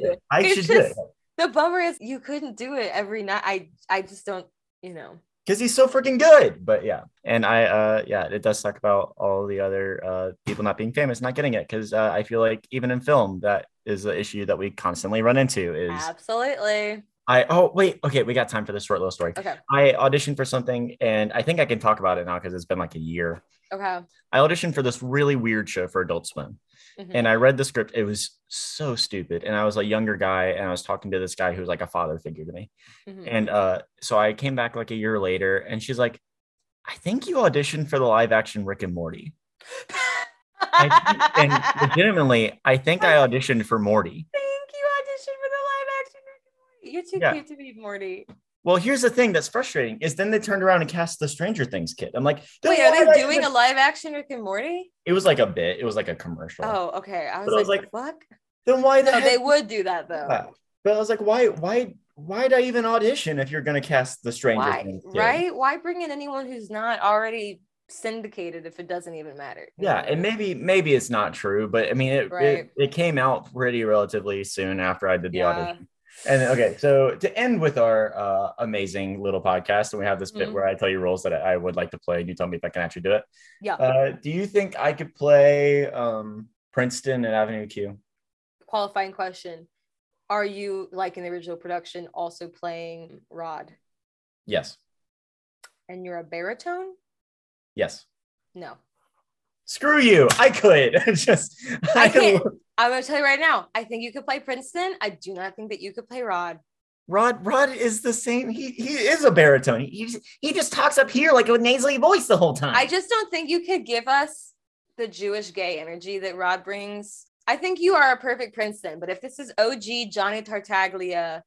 Speaker 2: good.
Speaker 1: I
Speaker 2: It's
Speaker 1: should do it.
Speaker 2: just- The bummer is you couldn't do it every night. I I just don't, you know.
Speaker 1: because he's so freaking good. But yeah, and I, uh, yeah, it does talk about all the other uh, people not being famous, not getting it, because uh, I feel like even in film, that is the issue that we constantly run into. Is
Speaker 2: Absolutely.
Speaker 1: I? Oh wait, okay, we got time for this short little story.
Speaker 2: Okay.
Speaker 1: I auditioned for something, and I think I can talk about it now because it's been like a year.
Speaker 2: Okay.
Speaker 1: I auditioned for this really weird show for Adult Swim,
Speaker 2: Mhm.
Speaker 1: and I read the script. It was so stupid, and I was a younger guy, and I was talking to this guy who was like a father figure to me.
Speaker 2: Mhm. (laughs)
Speaker 1: And uh, so I came back like a year later, and she's like, "I think you auditioned for the live action Rick and Morty." I
Speaker 2: (laughs)
Speaker 1: think, and legitimately, I think I auditioned for Morty.
Speaker 2: Thank you audition for the live action Rick and Morty. You're too
Speaker 1: Yeah.
Speaker 2: cute to be Morty.
Speaker 1: Well, here's the thing that's frustrating is then they turned around and cast the Stranger Things kid. I'm like, "The
Speaker 2: Wait, are
Speaker 1: live
Speaker 2: they doing a
Speaker 1: action-"
Speaker 2: live action Rick and Morty?
Speaker 1: It was like a bit. It was like a commercial.
Speaker 2: Oh, okay. I was,
Speaker 1: But I was
Speaker 2: like,
Speaker 1: like,
Speaker 2: fuck.
Speaker 1: Then (laughs) why the
Speaker 2: No,
Speaker 1: heck?
Speaker 2: they would do that though.
Speaker 1: But I was like, why, why, why'd I even audition if you're gonna cast the Stranger
Speaker 2: Why?
Speaker 1: Things kid?
Speaker 2: Right? Why bring in anyone who's not already syndicated if it doesn't even matter? You know
Speaker 1: yeah
Speaker 2: what I
Speaker 1: and
Speaker 2: mean?
Speaker 1: maybe maybe it's not true but i mean it,
Speaker 2: Right.
Speaker 1: it, it came out pretty relatively soon after i did the
Speaker 2: Yeah.
Speaker 1: audition and okay so to end with our uh, amazing little podcast and we have this bit
Speaker 2: Mhm.
Speaker 1: where i tell you roles that i would like to play and you tell me if i can actually do it
Speaker 2: Yeah.
Speaker 1: uh, do you think i could play um, princeton at avenue q
Speaker 2: qualifying question are you like in the original production also playing rod
Speaker 1: yes
Speaker 2: and you're a baritone
Speaker 1: yes
Speaker 2: no
Speaker 1: screw you i could (laughs) just
Speaker 2: I can't. i'm going to tell you right now i think you could play princeton i do not think that you could play rod
Speaker 1: (laughs) Rod, Rod is the same. He he is a baritone. He just, he just talks up here like a nasally voice the whole time.
Speaker 2: i just don't think you could give us the jewish gay energy that rod brings i think you are a perfect princeton but if this is og johnny tartaglia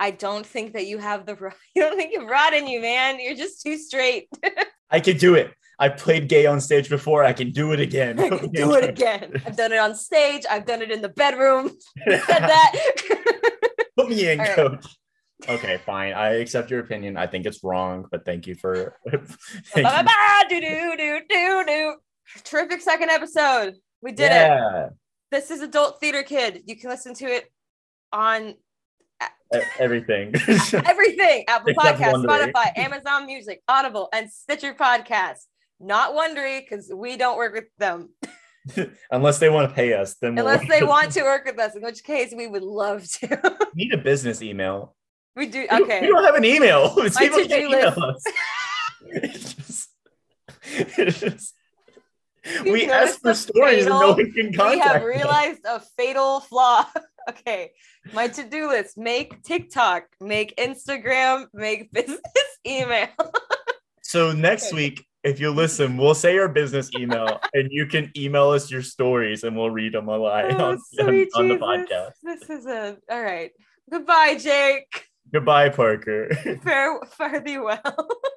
Speaker 2: i don't think that you have the (laughs) you don't think you have rod in you man you're just too straight (laughs)
Speaker 1: I can do it. I played gay on stage before. I can do it again. (laughs)
Speaker 2: I can do it again. I've done it on stage. I've done it in the bedroom. You
Speaker 1: (laughs)
Speaker 2: (laughs) said that.
Speaker 1: Put me in,
Speaker 2: All right.
Speaker 1: coach. Okay, fine. I accept your opinion. I think it's wrong, but thank you for. (laughs) thank
Speaker 2: Ba, ba,
Speaker 1: you.
Speaker 2: ba, do, do, do, do, do. Terrific second episode. We did it.
Speaker 1: yeah.
Speaker 2: This is Adult Theater Kid. You can listen to it
Speaker 1: (laughs)
Speaker 2: on
Speaker 1: e- Everything. (laughs)
Speaker 2: everything Apple
Speaker 1: Except
Speaker 2: Podcasts,
Speaker 1: Wondery.
Speaker 2: Spotify, Amazon Music, Audible, and Stitcher Podcasts. Not Wondery, because we don't work with them.
Speaker 1: Unless they want to pay us, then we'll (laughs)
Speaker 2: Unless they want to work with us, in which case we would love to. (laughs)
Speaker 1: We need a business email.
Speaker 2: we do.
Speaker 1: We don't- We
Speaker 2: Okay.
Speaker 1: don't have an email. (laughs) It's (laughs)
Speaker 2: My
Speaker 1: people can't (laughs)
Speaker 2: to-do
Speaker 1: email us. It's just- it's just-
Speaker 2: You
Speaker 1: we
Speaker 2: notice
Speaker 1: ask for
Speaker 2: the
Speaker 1: stories and no
Speaker 2: fatal-
Speaker 1: one can
Speaker 2: we have
Speaker 1: contact us.
Speaker 2: realized a fatal flaw. (laughs) okay, my to-do list: make TikTok, make Instagram, make (laughs) business email.
Speaker 1: So next
Speaker 2: Okay.
Speaker 1: week, if you listen, we'll say your business
Speaker 2: (laughs)
Speaker 1: email and you can email us your stories and we'll read them
Speaker 2: (laughs)
Speaker 1: alive
Speaker 2: Oh,
Speaker 1: (laughs) on, on,
Speaker 2: sweet
Speaker 1: on the
Speaker 2: Jesus.
Speaker 1: podcast.
Speaker 2: This is a
Speaker 1: (laughs)
Speaker 2: all right. Goodbye, Jake.
Speaker 1: Goodbye, Parker.
Speaker 2: Fare, fare thee well.